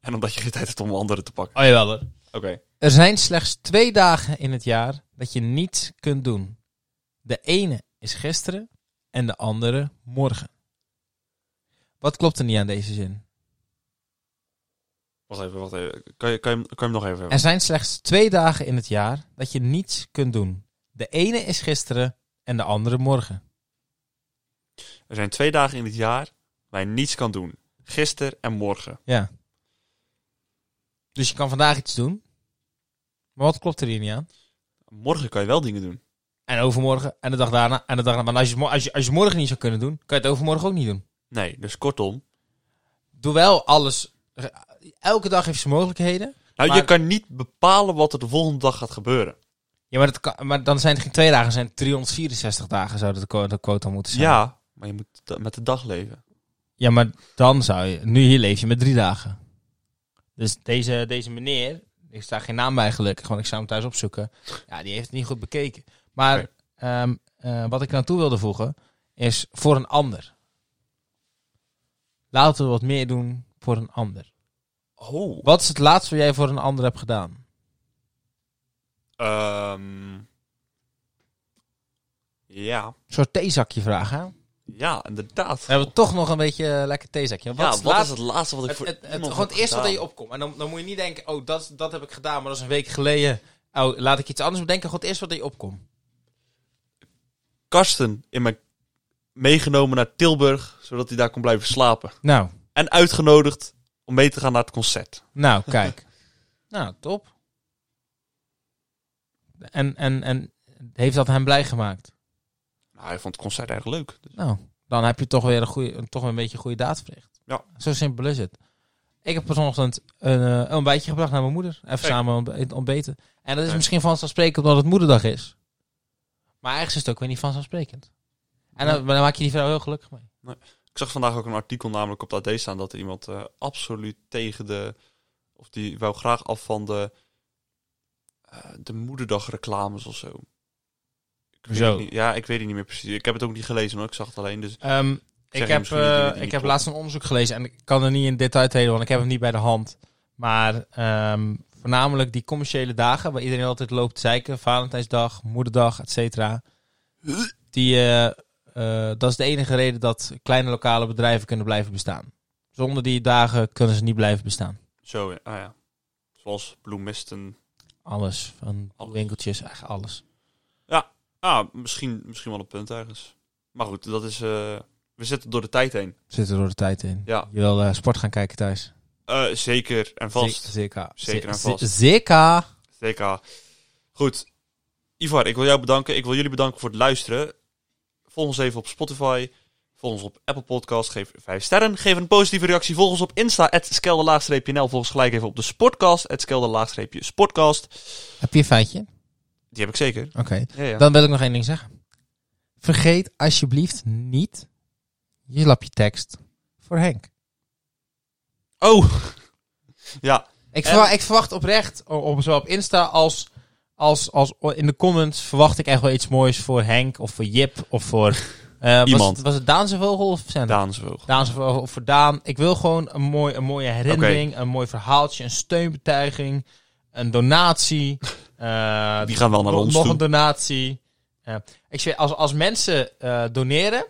Speaker 2: En omdat je geen tijd hebt om anderen te pakken.
Speaker 1: Oh jawel hoor.
Speaker 2: Oké.
Speaker 1: Er zijn slechts twee dagen in het jaar dat je niets kunt doen. De ene is gisteren en de andere morgen. Wat klopt er niet aan deze zin?
Speaker 2: Wacht even, wacht even. Kan je, kan je, hem- kan je hem nog even
Speaker 1: Er zijn slechts twee dagen in het jaar dat je niets kunt doen. De ene is gisteren en de andere morgen.
Speaker 2: Er zijn twee dagen in het jaar waar je niets kan doen. Gisteren en morgen.
Speaker 1: Ja. Dus je kan vandaag iets doen. Maar wat klopt er hier niet aan?
Speaker 2: Morgen kan je wel dingen doen.
Speaker 1: En overmorgen en de dag daarna en de dag daarna. Maar als je, het mo- als je, als je het morgen niet zou kunnen doen, kan je het overmorgen ook niet doen.
Speaker 2: Nee, dus kortom.
Speaker 1: doe wel alles. Elke dag heeft ze mogelijkheden.
Speaker 2: Nou, je
Speaker 1: Maar-
Speaker 2: kan niet bepalen wat er de volgende dag gaat gebeuren.
Speaker 1: Ja, maar, dat kan, maar dan zijn het geen twee dagen, dan zijn het 364 dagen zou dat de quo- de quota moeten zijn.
Speaker 2: Ja, maar je moet da- met de dag leven.
Speaker 1: ja, maar dan zou je... Nu hier leef je met drie dagen. Dus deze, deze meneer, ik sta geen naam bij gelukkig, want ik zou hem thuis opzoeken. Ja, die heeft het niet goed bekeken. Maar
Speaker 2: Nee.
Speaker 1: ehm, eh, wat ik eraan toe wilde voegen, is voor een ander. Laten we wat meer doen voor een ander.
Speaker 2: Oh.
Speaker 1: Wat is het laatste wat jij voor een ander hebt gedaan?
Speaker 2: Ehm, ja.
Speaker 1: Een soort theezakje vragen, hè?
Speaker 2: Ja, inderdaad.
Speaker 1: We hebben toch nog een beetje eh, lekker theezakje. Want Wat
Speaker 2: ja, wat
Speaker 1: is laat-
Speaker 2: is het laatste wat ik
Speaker 1: het,
Speaker 2: voor
Speaker 1: het, het-
Speaker 2: iemand
Speaker 1: Gewoon het
Speaker 2: heb
Speaker 1: eerste wat in
Speaker 2: gedaan?
Speaker 1: je opkomt. En dan, dan moet je niet denken, oh, dat, dat heb ik gedaan, maar dat is een week geleden. Oh, laat ik iets anders bedenken. Gewoon het eerste wat in je opkomt.
Speaker 2: Karsten in mijn meegenomen naar Tilburg, zodat hij daar kon blijven slapen.
Speaker 1: Nou,
Speaker 2: En uitgenodigd om mee te gaan naar het concert.
Speaker 1: nou, kijk. [LAUGHS] nou, top. En, en, en heeft dat hem blij gemaakt?
Speaker 2: Nou, hij vond het concert erg leuk.
Speaker 1: Nou, dan heb je toch weer een, goede, toch weer een beetje een goede daad verricht.
Speaker 2: Ja.
Speaker 1: Zo simpel is het. Ik heb vanochtend een eh, een ontbijtje gebracht naar mijn moeder. Even
Speaker 2: Kijk.
Speaker 1: samen ontbe- ontbeten. En dat is
Speaker 2: Kijk.
Speaker 1: misschien vanzelfsprekend omdat het moederdag is. Maar ergens is het ook weer niet vanzelfsprekend. En dan, maar dan maak je die vrouw heel gelukkig mee.
Speaker 2: Ik zag vandaag ook een artikel namelijk op dat AD staan dat er iemand eh, absoluut tegen de... Of die wou graag af van de, eh, de moederdagreclames of zo. Ik weet
Speaker 1: Zo.
Speaker 2: het niet- ja, ik weet het niet meer precies. Ik heb het ook niet gelezen hoor, ik zag het alleen. Dus
Speaker 1: Ehm,
Speaker 2: Zeg
Speaker 1: ik
Speaker 2: je
Speaker 1: heb,
Speaker 2: misschien die dingen
Speaker 1: eh,
Speaker 2: die niet
Speaker 1: ik heb
Speaker 2: kloppen?
Speaker 1: laatst een onderzoek gelezen en ik kan er niet in detail treden, want ik heb hem niet bij de hand. Maar ehm, voornamelijk die commerciële dagen waar iedereen altijd loopt te zeiken, Valentijnsdag, Moederdag, et cetera. Die, eh, eh, dat is de enige reden dat kleine lokale bedrijven kunnen blijven bestaan. Zonder die dagen kunnen ze niet blijven bestaan.
Speaker 2: zo, ja. ah ja. Zoals bloemisten.
Speaker 1: Alles, van
Speaker 2: Alles.
Speaker 1: winkeltjes, eigenlijk alles.
Speaker 2: Ah, misschien, misschien wel een punt ergens. Maar goed, dat is... eh, we zitten door de tijd heen.
Speaker 1: Zit er door de tijd in.
Speaker 2: Ja.
Speaker 1: Je wil eh, sport gaan kijken thuis.
Speaker 2: Eh, zeker en vast.
Speaker 1: Zeker.
Speaker 2: Zeker en vast.
Speaker 1: Zeker.
Speaker 2: TK. Goed. Ivar, ik wil jou bedanken. Ik wil jullie bedanken voor het luisteren. Volg ons even op Spotify. Volg ons op Apple Podcast. Geef 5 sterren. Geef een positieve reactie. Volg ons op Insta. @skelderlaagstreepje_nl. Volg ons gelijk even op de Sportcast. @skelderlaagstreepje Sportcast.
Speaker 1: Heb je een feitje?
Speaker 2: Die heb ik zeker.
Speaker 1: Oké.
Speaker 2: Ja, ja.
Speaker 1: Dan wil ik nog één ding zeggen. Vergeet alsjeblieft niet je lapje tekst voor Henk.
Speaker 2: Oh. [LAUGHS] ja.
Speaker 1: Ik,
Speaker 2: En-
Speaker 1: verwa- ik verwacht oprecht, o- op, zowel op Insta als, als, als o- in de comments, verwacht ik echt wel iets moois voor Henk of voor Jip of voor... eh, was
Speaker 2: Iemand.
Speaker 1: het- Was het Daanse Vogel of Zender?
Speaker 2: Daan is hoog.
Speaker 1: Daanse Vogel of voor Daan. Ik wil gewoon een, mooi, een mooie herinnering, een mooi verhaaltje, een steunbetuiging, een
Speaker 2: [LAUGHS]
Speaker 1: donatie. eh,
Speaker 2: Die gaan wel naar
Speaker 1: nog,
Speaker 2: ons
Speaker 1: nog
Speaker 2: toe.
Speaker 1: een donatie. Eh, ik zeg, als, als mensen eh, doneren,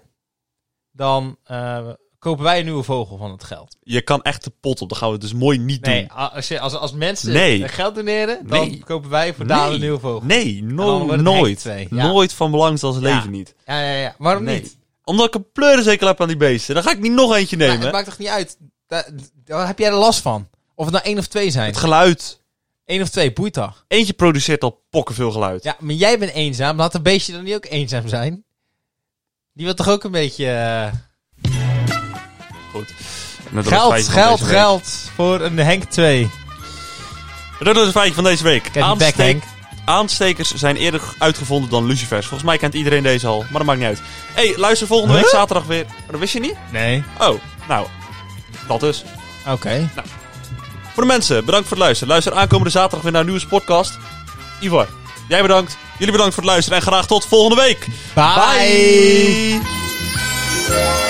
Speaker 1: dan eh, kopen wij een nieuwe vogel van het geld.
Speaker 2: Je kan echt de pot op. Dat gaan we dus mooi niet
Speaker 1: Nee,
Speaker 2: doen.
Speaker 1: a- als, je- als, als mensen
Speaker 2: Nee.
Speaker 1: eh, geld doneren, dan
Speaker 2: Nee.
Speaker 1: kopen wij voor Daan
Speaker 2: Nee.
Speaker 1: een nieuwe vogel.
Speaker 2: Nee, no-
Speaker 1: En oh. dan wordt het Henk
Speaker 2: nooit.
Speaker 1: twee, ja.
Speaker 2: Nooit van belang is als leven
Speaker 1: Ja.
Speaker 2: niet.
Speaker 1: Ja, ja, ja. Waarom
Speaker 2: Nee.
Speaker 1: niet?
Speaker 2: Omdat ik een pleurenzekel heb aan die beesten. Dan ga ik niet nog eentje
Speaker 1: Ja,
Speaker 2: nemen.
Speaker 1: Nou, het maakt toch niet uit? Daar, daar heb jij er last van? Of het nou één of twee zijn.
Speaker 2: Het geluid.
Speaker 1: Eén of twee, boeit toch?
Speaker 2: Eentje produceert al pokkenveel geluid.
Speaker 1: Ja, maar jij bent eenzaam. Laat een beestje dan niet ook eenzaam zijn. Die wil toch ook een beetje... eh,
Speaker 2: Goed. Net als het
Speaker 1: geld,
Speaker 2: feitje van
Speaker 1: geld,
Speaker 2: deze week.
Speaker 1: geld voor een Henk 2.
Speaker 2: Dat is het feitje van deze week.
Speaker 1: Kijk back,
Speaker 2: Aansteek-
Speaker 1: Henk.
Speaker 2: Aanstekers zijn eerder uitgevonden dan lucifers. Volgens mij kent iedereen deze al, maar dat maakt niet uit. hey, luister volgende week
Speaker 1: Huh?
Speaker 2: zaterdag weer. Oh, Dat wist je niet?
Speaker 1: Nee.
Speaker 2: Oh, nou, dat dus.
Speaker 1: Oké.
Speaker 2: Voor de mensen, bedankt voor het luisteren. Luister aankomende zaterdag weer naar een nieuwe podcast. Ivar, jij bedankt. Jullie bedankt voor het luisteren en graag tot volgende week.
Speaker 1: Bye.
Speaker 2: Bye.